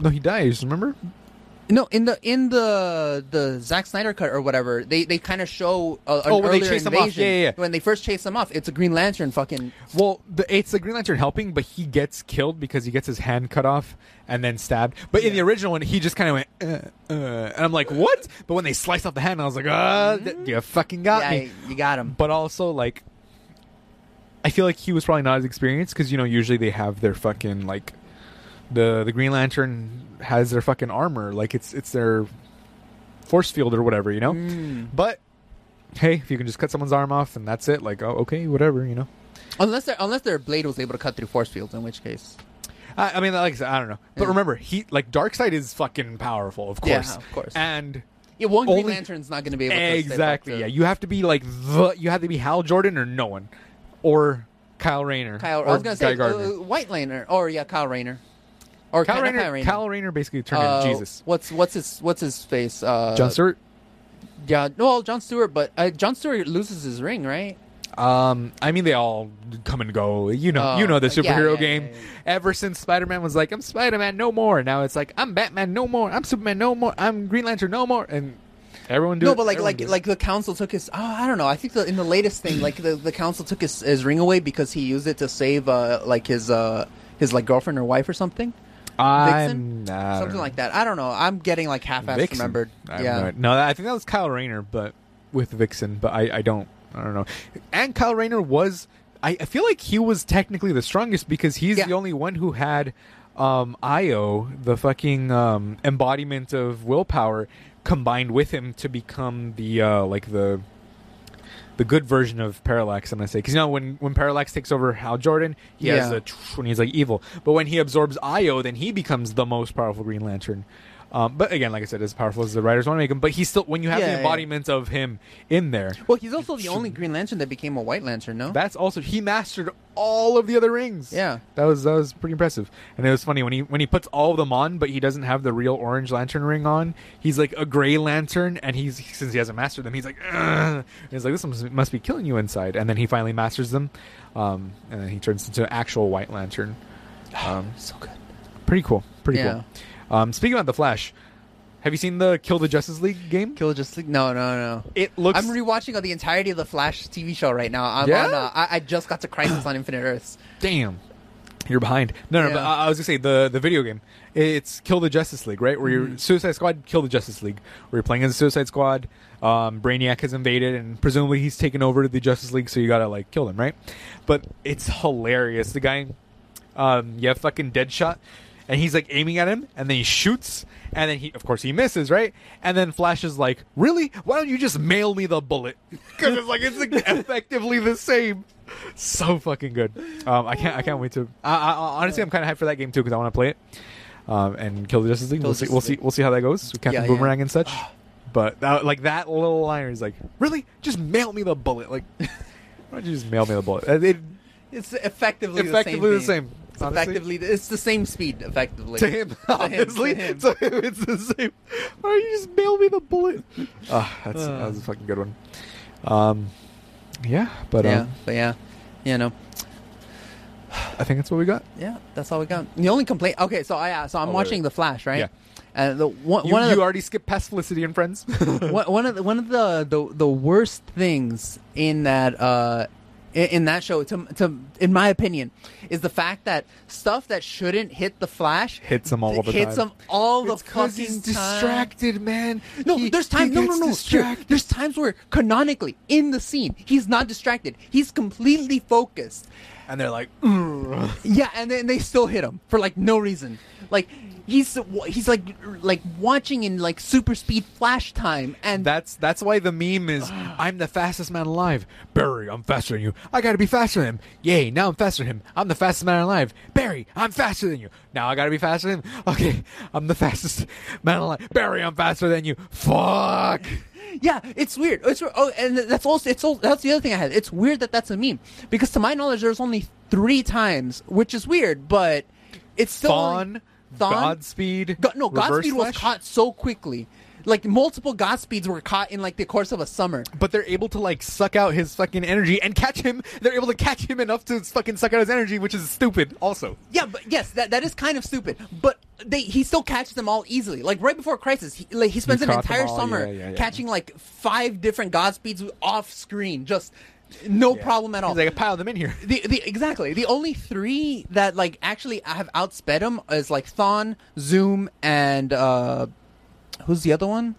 [SPEAKER 2] no, he dies. Remember?
[SPEAKER 3] No, in the in the the Zack Snyder cut or whatever, they they kind of show uh, an
[SPEAKER 2] Oh, when they
[SPEAKER 3] earlier
[SPEAKER 2] chase him off.
[SPEAKER 3] invasion.
[SPEAKER 2] Yeah, yeah, yeah.
[SPEAKER 3] When they first chase them off, it's a Green Lantern fucking.
[SPEAKER 2] Well, the, it's the Green Lantern helping, but he gets killed because he gets his hand cut off and then stabbed. But in the original one, he just kind of went, uh, uh, and I'm like, what? But when they sliced off the hand, I was like, ah, th- you fucking got
[SPEAKER 3] Yeah,
[SPEAKER 2] me.
[SPEAKER 3] you got him.
[SPEAKER 2] but also like I feel like he was probably not as experienced because you know usually they have their fucking like the the Green Lantern has their fucking armor like it's it's their force field or whatever you
[SPEAKER 3] Mm.
[SPEAKER 2] know. But hey, if you can just cut someone's arm off and that's it, like oh okay whatever you know.
[SPEAKER 3] Unless their unless their blade was able to cut through force fields, in which case.
[SPEAKER 2] I, I mean like I said, I don't know, but
[SPEAKER 3] Yeah.
[SPEAKER 2] remember he like Darkseid is fucking powerful of
[SPEAKER 3] Yeah,
[SPEAKER 2] course,
[SPEAKER 3] of course.
[SPEAKER 2] and.
[SPEAKER 3] Yeah, one Green
[SPEAKER 2] Only-
[SPEAKER 3] Lantern's not going to be able to. step up
[SPEAKER 2] Exactly.
[SPEAKER 3] to-
[SPEAKER 2] Yeah, you have to be like the. You have to be Hal Jordan or no one, or Kyle Rayner.
[SPEAKER 3] Kyle.
[SPEAKER 2] or
[SPEAKER 3] I was going to
[SPEAKER 2] Guy
[SPEAKER 3] say uh,
[SPEAKER 2] Gardner.
[SPEAKER 3] White Lantern, or yeah, Kyle Rayner, or
[SPEAKER 2] Kyle
[SPEAKER 3] Ky- not
[SPEAKER 2] Rayner, Kyle Rayner basically turned
[SPEAKER 3] Uh,
[SPEAKER 2] into Jesus.
[SPEAKER 3] What's what's his what's his face? Uh,
[SPEAKER 2] John Stewart.
[SPEAKER 3] Yeah, well, John Stewart, but uh, John Stewart loses his ring, right?
[SPEAKER 2] Um, I mean, they all come and go. You know,
[SPEAKER 3] Oh,
[SPEAKER 2] you know the
[SPEAKER 3] yeah,
[SPEAKER 2] superhero
[SPEAKER 3] yeah,
[SPEAKER 2] game.
[SPEAKER 3] yeah, yeah.
[SPEAKER 2] Ever since Spider Man was like, "I'm Spider Man no more," now it's like, "I'm Batman no more," "I'm Superman no more," "I'm Green Lantern no more," and everyone do
[SPEAKER 3] no,
[SPEAKER 2] it.
[SPEAKER 3] but like
[SPEAKER 2] everyone
[SPEAKER 3] like
[SPEAKER 2] do it.
[SPEAKER 3] like the council took his. Oh, I don't know. I think the, in the latest thing, like the, the council took his, his ring away because he used it to save uh, like his uh, his like girlfriend or wife or something,
[SPEAKER 2] I'm, I don't
[SPEAKER 3] something
[SPEAKER 2] know.
[SPEAKER 3] like that. I don't know. I'm getting like half ass
[SPEAKER 2] Vixen.
[SPEAKER 3] remembered.
[SPEAKER 2] I have
[SPEAKER 3] yeah,
[SPEAKER 2] no idea. No, I think that was Kyle Rayner, but with Vixen. But I, I don't, I don't know. And Kyle Rayner was, I, I feel like he was technically the strongest because he's
[SPEAKER 3] Yeah.
[SPEAKER 2] the only one who had um, Io, the fucking um, embodiment of willpower, combined with him to become the uh, like the the good version of Parallax. I'm gonna say because you know when when Parallax takes over Hal Jordan, he has
[SPEAKER 3] Yeah.
[SPEAKER 2] a tr- when he's like evil. But when he absorbs Io, then he becomes the most powerful Green Lantern. Um, but again, like I said, as powerful as the writers want to make him, but he's still when you have
[SPEAKER 3] Yeah,
[SPEAKER 2] the
[SPEAKER 3] yeah.
[SPEAKER 2] embodiment of him in there,
[SPEAKER 3] Well, he's also the only Green Lantern that became a White Lantern. No,
[SPEAKER 2] that's also he mastered all of the other rings.
[SPEAKER 3] Yeah.
[SPEAKER 2] that was that was pretty impressive. And it was funny when he when he puts all of them on, but he doesn't have the real Orange Lantern ring on. He's like a Gray Lantern, and he's since he hasn't mastered them, he's like, "Ugh." And he's like, this must, must be killing you inside. And then he finally masters them, um, and then he turns into an actual White Lantern. Um,
[SPEAKER 3] so good.
[SPEAKER 2] pretty cool, pretty
[SPEAKER 3] Yeah.
[SPEAKER 2] cool. Um, speaking about the Flash, have you seen the Kill the Justice League game?
[SPEAKER 3] Kill just like no, no, no.
[SPEAKER 2] It looks.
[SPEAKER 3] I'm rewatching the entirety of the Flash TV show right now. I'm
[SPEAKER 2] Yeah?
[SPEAKER 3] on, uh, I, I just got to Crisis on Infinite Earths.
[SPEAKER 2] damn you're behind no no
[SPEAKER 3] Yeah.
[SPEAKER 2] but I, I was gonna say the the video game it's kill the justice league right where you're suicide squad kill the justice league where you're playing as a suicide squad um, brainiac has invaded and presumably he's taken over the justice league so you gotta like kill him right but it's hilarious the guy um, you have fucking Deadshot, and he's like aiming at him, and then he shoots, and then he, of course, he misses, right? And then Flash is like, "Really? Why don't you just mail me the bullet? Because it's like it's like, effectively the same." So fucking good. Um, I can't. I can't wait to. I, I, honestly, I'm kind of hyped for that game too because I want to play it. Um, and kill the Justice League.
[SPEAKER 3] Kill
[SPEAKER 2] We'll
[SPEAKER 3] the
[SPEAKER 2] see.
[SPEAKER 3] Justice
[SPEAKER 2] We'll see.
[SPEAKER 3] League.
[SPEAKER 2] We'll see how that goes. With Captain
[SPEAKER 3] Yeah, Ah. yeah.
[SPEAKER 2] Boomerang and such. But that, like that little line is like, really? Just mail me the bullet. Like, why don't you just mail me the bullet? Uh, It,
[SPEAKER 3] It's effectively,
[SPEAKER 2] Effectively the
[SPEAKER 3] the
[SPEAKER 2] same,
[SPEAKER 3] same. thing. It's
[SPEAKER 2] honestly.
[SPEAKER 3] effectively, it's the same speed. Effectively,
[SPEAKER 2] to him, obviously.
[SPEAKER 3] to him.
[SPEAKER 2] So it's the same. Why don't you just mail me the bullet? Ah, that's,
[SPEAKER 3] Uh.
[SPEAKER 2] that was a fucking good one. Um, yeah, but
[SPEAKER 3] yeah,
[SPEAKER 2] um,
[SPEAKER 3] but yeah, you know,
[SPEAKER 2] I think that's what we got.
[SPEAKER 3] yeah. That's all we got. The only complaint. Okay, so I uh, so I'm
[SPEAKER 2] Oh, wait,
[SPEAKER 3] watching
[SPEAKER 2] wait.
[SPEAKER 3] The Flash, right?
[SPEAKER 2] Yeah.
[SPEAKER 3] And the one,
[SPEAKER 2] You,
[SPEAKER 3] Uh, one of
[SPEAKER 2] you
[SPEAKER 3] the
[SPEAKER 2] already skipped past Felicity and Friends.
[SPEAKER 3] one, one of the, one of the, the the worst things in that uh in, in that show to to in my opinion is the fact that stuff that shouldn't hit the Flash
[SPEAKER 2] Hits him all
[SPEAKER 3] th-
[SPEAKER 2] the
[SPEAKER 3] hits
[SPEAKER 2] time.
[SPEAKER 3] him all the
[SPEAKER 2] It's 'cause
[SPEAKER 3] fucking
[SPEAKER 2] he's
[SPEAKER 3] time.
[SPEAKER 2] distracted, man.
[SPEAKER 3] No,
[SPEAKER 2] He-
[SPEAKER 3] there's
[SPEAKER 2] he
[SPEAKER 3] times. No, no,
[SPEAKER 2] gets
[SPEAKER 3] no. Here,
[SPEAKER 2] distracted.
[SPEAKER 3] There's times where canonically in the scene he's not distracted. He's completely focused.
[SPEAKER 2] And they're like,
[SPEAKER 3] Yeah, and then they still hit him for like no reason. Like he's he's like like watching in like super speed flash time, and
[SPEAKER 2] That's that's why the meme is I'm the fastest man alive. Barry, I'm faster than you. I gotta be faster than him. Yay, now I'm faster than him. I'm the fastest man alive. Barry, I'm faster than you. Now I gotta be faster than him. Okay, I'm the fastest man alive. Barry, I'm faster than you. Fuck.
[SPEAKER 3] yeah, it's weird. It's weird. oh, and that's also it's all that's the other thing I had. It's weird that that's a meme because to my knowledge there's only three times, which is weird, but. It's still
[SPEAKER 2] Thon,
[SPEAKER 3] Thon-
[SPEAKER 2] Godspeed.
[SPEAKER 3] Go- no,
[SPEAKER 2] Reverse
[SPEAKER 3] Godspeed was
[SPEAKER 2] Flash.
[SPEAKER 3] caught so quickly. Like multiple Godspeeds were caught in like the course of a summer.
[SPEAKER 2] But they're able to like suck out his fucking energy and catch him. They're able to catch him enough to fucking suck out his energy, which is stupid. Also,
[SPEAKER 3] Yeah, but yes, that that is kind of stupid. But they he still catches them all easily. Like right before Crisis, he, like he spends an
[SPEAKER 2] caught them
[SPEAKER 3] entire
[SPEAKER 2] all,
[SPEAKER 3] summer
[SPEAKER 2] yeah, yeah, yeah.
[SPEAKER 3] catching like five different Godspeeds off screen, just no problem at all.
[SPEAKER 2] He's like, pile them in here.
[SPEAKER 3] the, the exactly the only three that like actually have outsped him is like Thon, Zoom, and uh, who's the other one?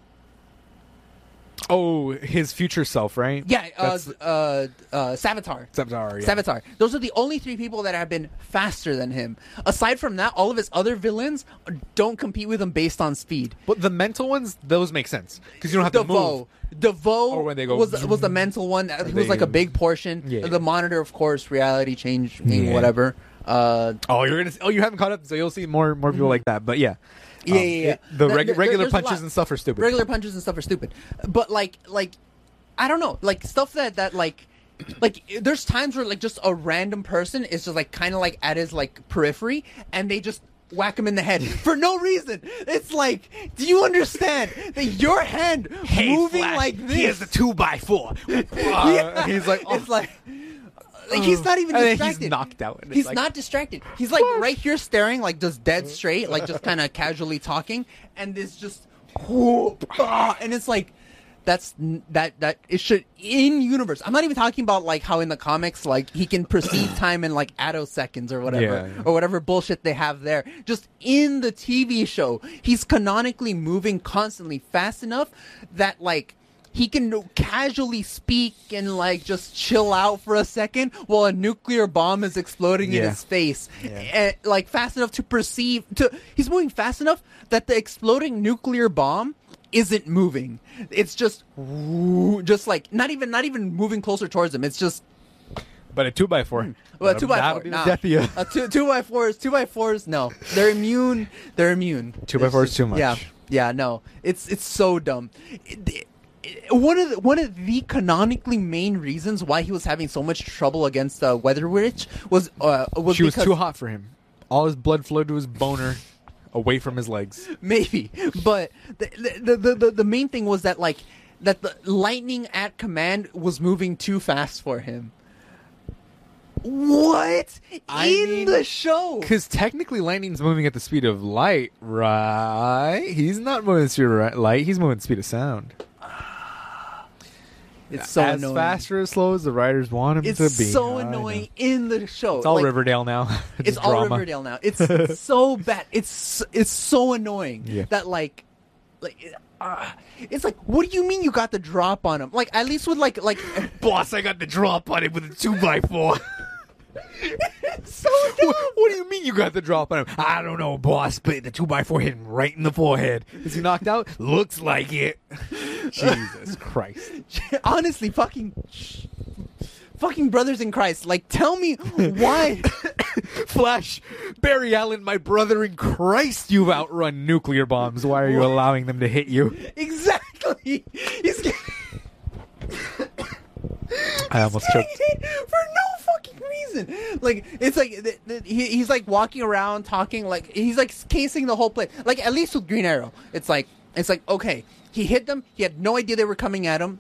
[SPEAKER 2] Oh, his future self, right?
[SPEAKER 3] Yeah, uh,
[SPEAKER 2] That's-
[SPEAKER 3] uh, uh, Savitar.
[SPEAKER 2] Savitar, yeah.
[SPEAKER 3] Savitar. Those are the only three people that have been faster than him. Aside from that, all of his other villains don't compete with him based on speed.
[SPEAKER 2] But the mental ones, those make sense because you don't have to
[SPEAKER 3] DeVoe.
[SPEAKER 2] move.
[SPEAKER 3] DeVoe
[SPEAKER 2] Or when they go
[SPEAKER 3] was was the mental one. He was
[SPEAKER 2] they-
[SPEAKER 3] like a big portion.
[SPEAKER 2] Yeah.
[SPEAKER 3] The monitor, of course, reality changing,
[SPEAKER 2] Yeah.
[SPEAKER 3] whatever. Uh,
[SPEAKER 2] Oh, you're gonna. Oh, you haven't caught up, so you'll see more more people like that. But yeah,
[SPEAKER 3] yeah,
[SPEAKER 2] Um,
[SPEAKER 3] Mm-hmm. yeah, yeah.
[SPEAKER 2] it- the
[SPEAKER 3] There-
[SPEAKER 2] reg-
[SPEAKER 3] there-
[SPEAKER 2] regular
[SPEAKER 3] there's a
[SPEAKER 2] punches
[SPEAKER 3] lot.
[SPEAKER 2] and stuff are stupid.
[SPEAKER 3] Regular punches and stuff are stupid. But like, like, I don't know, like stuff that that like. Like there's times where like just a random person is just like kind of like at his like periphery and they just whack him in the head for no reason. It's like, do you understand that your hand moving like this?
[SPEAKER 2] two by four.
[SPEAKER 3] Yeah.
[SPEAKER 2] He's like, oh.
[SPEAKER 3] it's like, like, he's not even
[SPEAKER 2] And then he's
[SPEAKER 3] distracted.
[SPEAKER 2] knocked out, and it's
[SPEAKER 3] He's
[SPEAKER 2] like-
[SPEAKER 3] not distracted. He's like right here staring, like just dead straight, like just kind of casually talking, and this just whoop, ah, and it's like. That's n- that that it should in universe. I'm not even talking about like how in the comics like he can perceive time in like attoseconds or whatever
[SPEAKER 2] Yeah, yeah.
[SPEAKER 3] or whatever bullshit they have there. Just in the TV show, he's canonically moving constantly fast enough that like he can casually speak and like just chill out for a second while a nuclear bomb is exploding in
[SPEAKER 2] Yeah.
[SPEAKER 3] his face. And, like fast enough to perceive to he's moving fast enough that the exploding nuclear bomb isn't moving. It's just woo- just like not even not even moving closer towards him. It's just
[SPEAKER 2] but a two by four. Uh,
[SPEAKER 3] well, two by
[SPEAKER 2] That
[SPEAKER 3] four.
[SPEAKER 2] would be the
[SPEAKER 3] Nah.
[SPEAKER 2] death of you.
[SPEAKER 3] Uh, two two by fours. Two by fours. No, they're immune. They're immune.
[SPEAKER 2] Two by
[SPEAKER 3] It's
[SPEAKER 2] four is
[SPEAKER 3] just-
[SPEAKER 2] too much.
[SPEAKER 3] Yeah, yeah. No, it's it's so dumb. It- it- one of the, one of the canonically main reasons why he was having so much trouble against uh, Weather Witch was uh, was
[SPEAKER 2] she was
[SPEAKER 3] because
[SPEAKER 2] too hot for him. All his blood flowed to his boner, away from his legs.
[SPEAKER 3] maybe but the the, the the the main thing was that like that the lightning at command was moving too fast for him what
[SPEAKER 2] I
[SPEAKER 3] in
[SPEAKER 2] mean-
[SPEAKER 3] the show
[SPEAKER 2] Because technically, lightning's moving at the speed of light, right? He's not moving at the speed of ri- light. He's moving at the speed of sound.
[SPEAKER 3] it's so
[SPEAKER 2] as
[SPEAKER 3] annoying
[SPEAKER 2] fast or as slow as the writers want him
[SPEAKER 3] It's
[SPEAKER 2] to be.
[SPEAKER 3] so
[SPEAKER 2] I know.
[SPEAKER 3] annoying in the show.
[SPEAKER 2] It's all
[SPEAKER 3] Like,
[SPEAKER 2] Riverdale now. Just
[SPEAKER 3] It's all
[SPEAKER 2] drama.
[SPEAKER 3] Riverdale now. It's so bad. It's it's so annoying
[SPEAKER 2] Yeah.
[SPEAKER 3] that like, like, uh, it's like, what do you mean you got the drop on him? Like, at least with like like.
[SPEAKER 2] Boss, I got the drop on it with a two by four.
[SPEAKER 3] so dumb.
[SPEAKER 2] what, what do you mean you got the drop on him? I don't know, boss, but the two by four hit him right in the forehead. Is he knocked out? Looks like it. Jesus Christ.
[SPEAKER 3] Honestly, fucking. Fucking brothers in Christ, like tell me why
[SPEAKER 2] Flash, Barry Allen, my brother in Christ, you've outrun nuclear bombs. Why are you allowing them to hit you?
[SPEAKER 3] exactly he's getting
[SPEAKER 2] I almost
[SPEAKER 3] getting
[SPEAKER 2] choked.
[SPEAKER 3] hit for no fucking reason. Like it's like th- th- he, he's like walking around talking like he's like casing the whole place. Like at least with Green Arrow, it's like it's like okay, he hit them. He had no idea they were coming at him.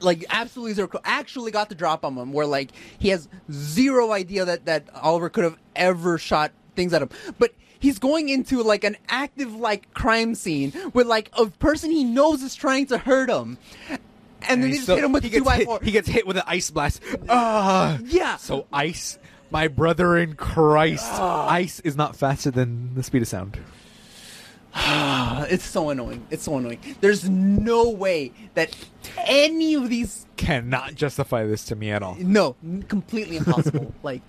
[SPEAKER 3] Like absolutely zero. Actually got the drop on him where like he has zero idea that that Oliver could have ever shot things at him, but. He's going into like an active like crime scene with like a person he knows is trying to hurt him, and, then they
[SPEAKER 2] he
[SPEAKER 3] just
[SPEAKER 2] still-
[SPEAKER 3] hit him with
[SPEAKER 2] he
[SPEAKER 3] two
[SPEAKER 2] gets
[SPEAKER 3] by
[SPEAKER 2] hit-
[SPEAKER 3] four.
[SPEAKER 2] He gets hit with an ice blast. Ah,
[SPEAKER 3] Yeah.
[SPEAKER 2] So ice, my brother in Christ,
[SPEAKER 3] Ah.
[SPEAKER 2] ice is not faster than the speed of sound.
[SPEAKER 3] Uh, It's so annoying. It's so annoying. There's no way that any of these.
[SPEAKER 2] Cannot justify this to me at all.
[SPEAKER 3] No, n- completely impossible. like,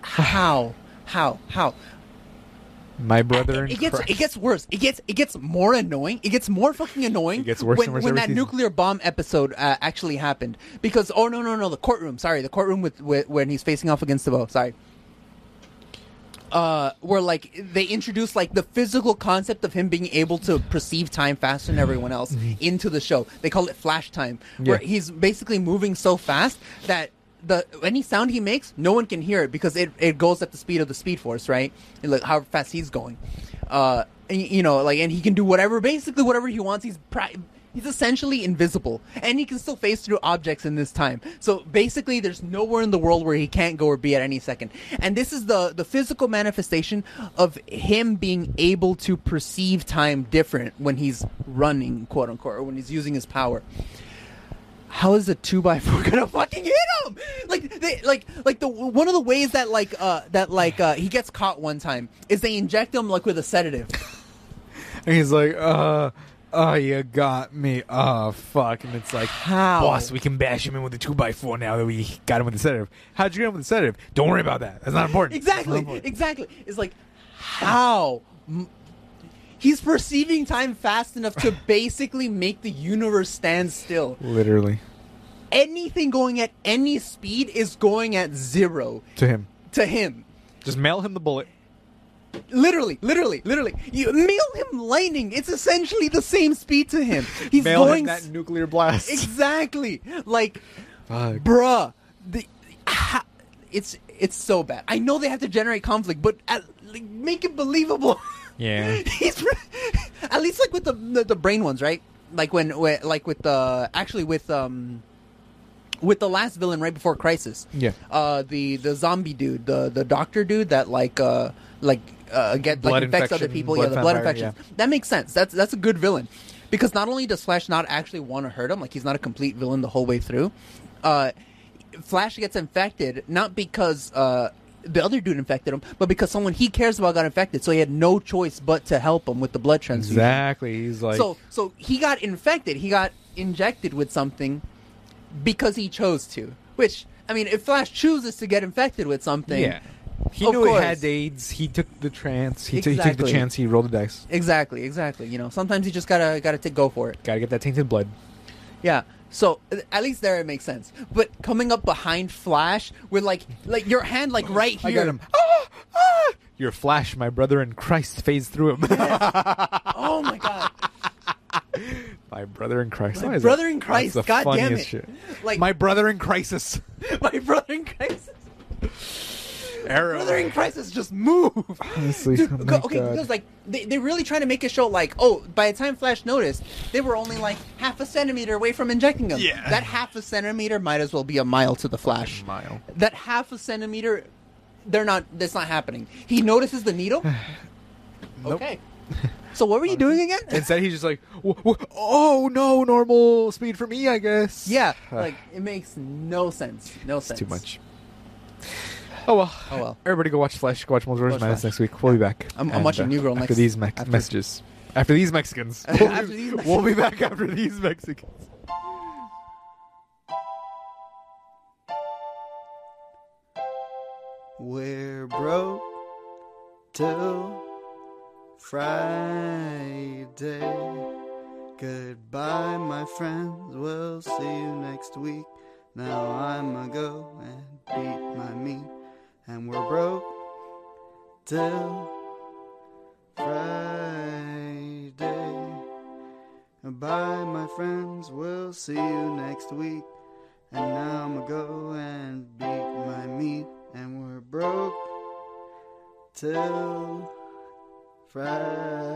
[SPEAKER 3] how, how, how?
[SPEAKER 2] My brother in
[SPEAKER 3] It gets
[SPEAKER 2] Christ.
[SPEAKER 3] it gets worse. It gets it gets more annoying. It gets more fucking annoying.
[SPEAKER 2] It gets worse
[SPEAKER 3] when,
[SPEAKER 2] and worse
[SPEAKER 3] when
[SPEAKER 2] every
[SPEAKER 3] that
[SPEAKER 2] season.
[SPEAKER 3] nuclear bomb episode uh, actually happened. Because oh no no no the courtroom. Sorry, the courtroom with, with when he's facing off against the bow. Sorry. Uh, where like they introduced like the physical concept of him being able to perceive time faster than everyone else into the show. They call it flash time, where
[SPEAKER 2] Mm-hmm. Yeah.
[SPEAKER 3] he's basically moving so fast that the any sound he makes, no one can hear it because it, it goes at the speed of the Speed Force, right? And like how fast he's going, uh, and, you know, like and he can do whatever, basically whatever he wants. He's pri- he's essentially invisible, and he can still phase through objects in this time. So basically, there's nowhere in the world where he can't go or be at any second. And this is the the physical manifestation of him being able to perceive time different when he's running, quote unquote, or when he's using his power how is a two by four gonna fucking hit him? Like, they, like, like the one of the ways that like uh that like uh he gets caught one time is they inject him like with a sedative.
[SPEAKER 2] And he's like, uh, oh, you got me. Oh, fuck. And it's like,
[SPEAKER 3] How?
[SPEAKER 2] Boss, we can bash him in with a 2x4 now that we got him with the sedative. How'd you get him with the sedative? Don't worry about that. That's not important.
[SPEAKER 3] Exactly, exactly. It's like how M- he's perceiving time fast enough to basically make the universe stand still.
[SPEAKER 2] Literally.
[SPEAKER 3] Anything going at any speed is going at zero
[SPEAKER 2] To him.
[SPEAKER 3] to him.
[SPEAKER 2] Just mail him the bullet.
[SPEAKER 3] Literally, literally, literally. You mail him lightning. It's essentially the same speed to him. He's
[SPEAKER 2] mail
[SPEAKER 3] going
[SPEAKER 2] him that
[SPEAKER 3] s-
[SPEAKER 2] nuclear blast.
[SPEAKER 3] exactly like,
[SPEAKER 2] Fuck.
[SPEAKER 3] bruh. The, ha- it's it's so bad. I know they have to generate conflict, but at, like, make it believable.
[SPEAKER 2] Yeah.
[SPEAKER 3] He's re- at least like with the, the the brain ones, right? Like when, when like with the actually with um with the last villain right before Crisis.
[SPEAKER 2] Yeah.
[SPEAKER 3] Uh, the the zombie dude, the the doctor dude that like uh like uh get
[SPEAKER 2] Blood
[SPEAKER 3] like infects
[SPEAKER 2] infection,
[SPEAKER 3] other people.
[SPEAKER 2] blood
[SPEAKER 3] yeah, the blood
[SPEAKER 2] vampire,
[SPEAKER 3] infection. That makes sense. That's that's a good villain because not only does Flash not actually want to hurt him, like he's not a complete villain the whole way through. Uh, Flash gets infected not because uh. The other dude infected him, but because someone he cares about got infected, so he had no choice but to help him with the blood transfusion.
[SPEAKER 2] Exactly. He's like,
[SPEAKER 3] So so he got infected. He got injected with something because he chose to. Which I mean, if Flash chooses to get infected with something,
[SPEAKER 2] yeah. He
[SPEAKER 3] Of
[SPEAKER 2] knew
[SPEAKER 3] course.
[SPEAKER 2] he had AIDS. He took the chance. He, t- he took
[SPEAKER 3] Exactly.
[SPEAKER 2] the chance. He rolled the dice.
[SPEAKER 3] Exactly, exactly. You know, sometimes you just gotta gotta t- go for it.
[SPEAKER 2] Gotta get that tainted blood.
[SPEAKER 3] Yeah. So uh, at least there it makes sense. But coming up behind Flash with like like your hand like right here.
[SPEAKER 2] Ah, ah! Your flash, my brother in Christ, phased through him.
[SPEAKER 3] Oh my god.
[SPEAKER 2] My brother in Christ.
[SPEAKER 3] My
[SPEAKER 2] That is
[SPEAKER 3] brother
[SPEAKER 2] a-
[SPEAKER 3] in Christ,
[SPEAKER 2] That's the
[SPEAKER 3] God damn
[SPEAKER 2] funniest
[SPEAKER 3] it.
[SPEAKER 2] Shit.
[SPEAKER 3] Like-
[SPEAKER 2] my brother in crisis.
[SPEAKER 3] my brother in crisis.
[SPEAKER 2] Arrow.
[SPEAKER 3] Brother in crisis just move.
[SPEAKER 2] Honestly,
[SPEAKER 3] Dude,
[SPEAKER 2] oh
[SPEAKER 3] go-
[SPEAKER 2] my
[SPEAKER 3] okay,
[SPEAKER 2] God.
[SPEAKER 3] because like they, they're really trying to make a show like, oh, by the time Flash noticed, they were only like half a centimeter away from injecting him.
[SPEAKER 2] Yeah.
[SPEAKER 3] That half a centimeter might as well be a mile to the Flash.
[SPEAKER 2] mile.
[SPEAKER 3] That half a centimeter, they're not. That's not happening. He notices the needle. Okay. So what were you doing again?
[SPEAKER 2] Instead, he's just like, "W- w- oh no, normal speed for me, I guess.
[SPEAKER 3] yeah, like it makes no sense. No sense.
[SPEAKER 2] Too much. Oh well.
[SPEAKER 3] Oh, well.
[SPEAKER 2] Everybody go watch Flash. Go watch Multiverse
[SPEAKER 3] Watch
[SPEAKER 2] Madness
[SPEAKER 3] Flash.
[SPEAKER 2] next week. We'll be back.
[SPEAKER 3] I'm- I'm
[SPEAKER 2] And,
[SPEAKER 3] watching
[SPEAKER 2] uh,
[SPEAKER 3] New Girl
[SPEAKER 2] after
[SPEAKER 3] next-
[SPEAKER 2] these mex-
[SPEAKER 3] after-
[SPEAKER 2] messages. After these Mexicans. We'll,
[SPEAKER 3] After
[SPEAKER 2] be,
[SPEAKER 3] these
[SPEAKER 2] we'll be back after these Mexicans.
[SPEAKER 5] We're broke till Friday. Goodbye, my friends. We'll see you next week. Now I'ma go and beat my meat. And we're broke till Friday. Goodbye, my friends. We'll see you next week. And now I'ma go and beat my meat. And we're broke till Friday.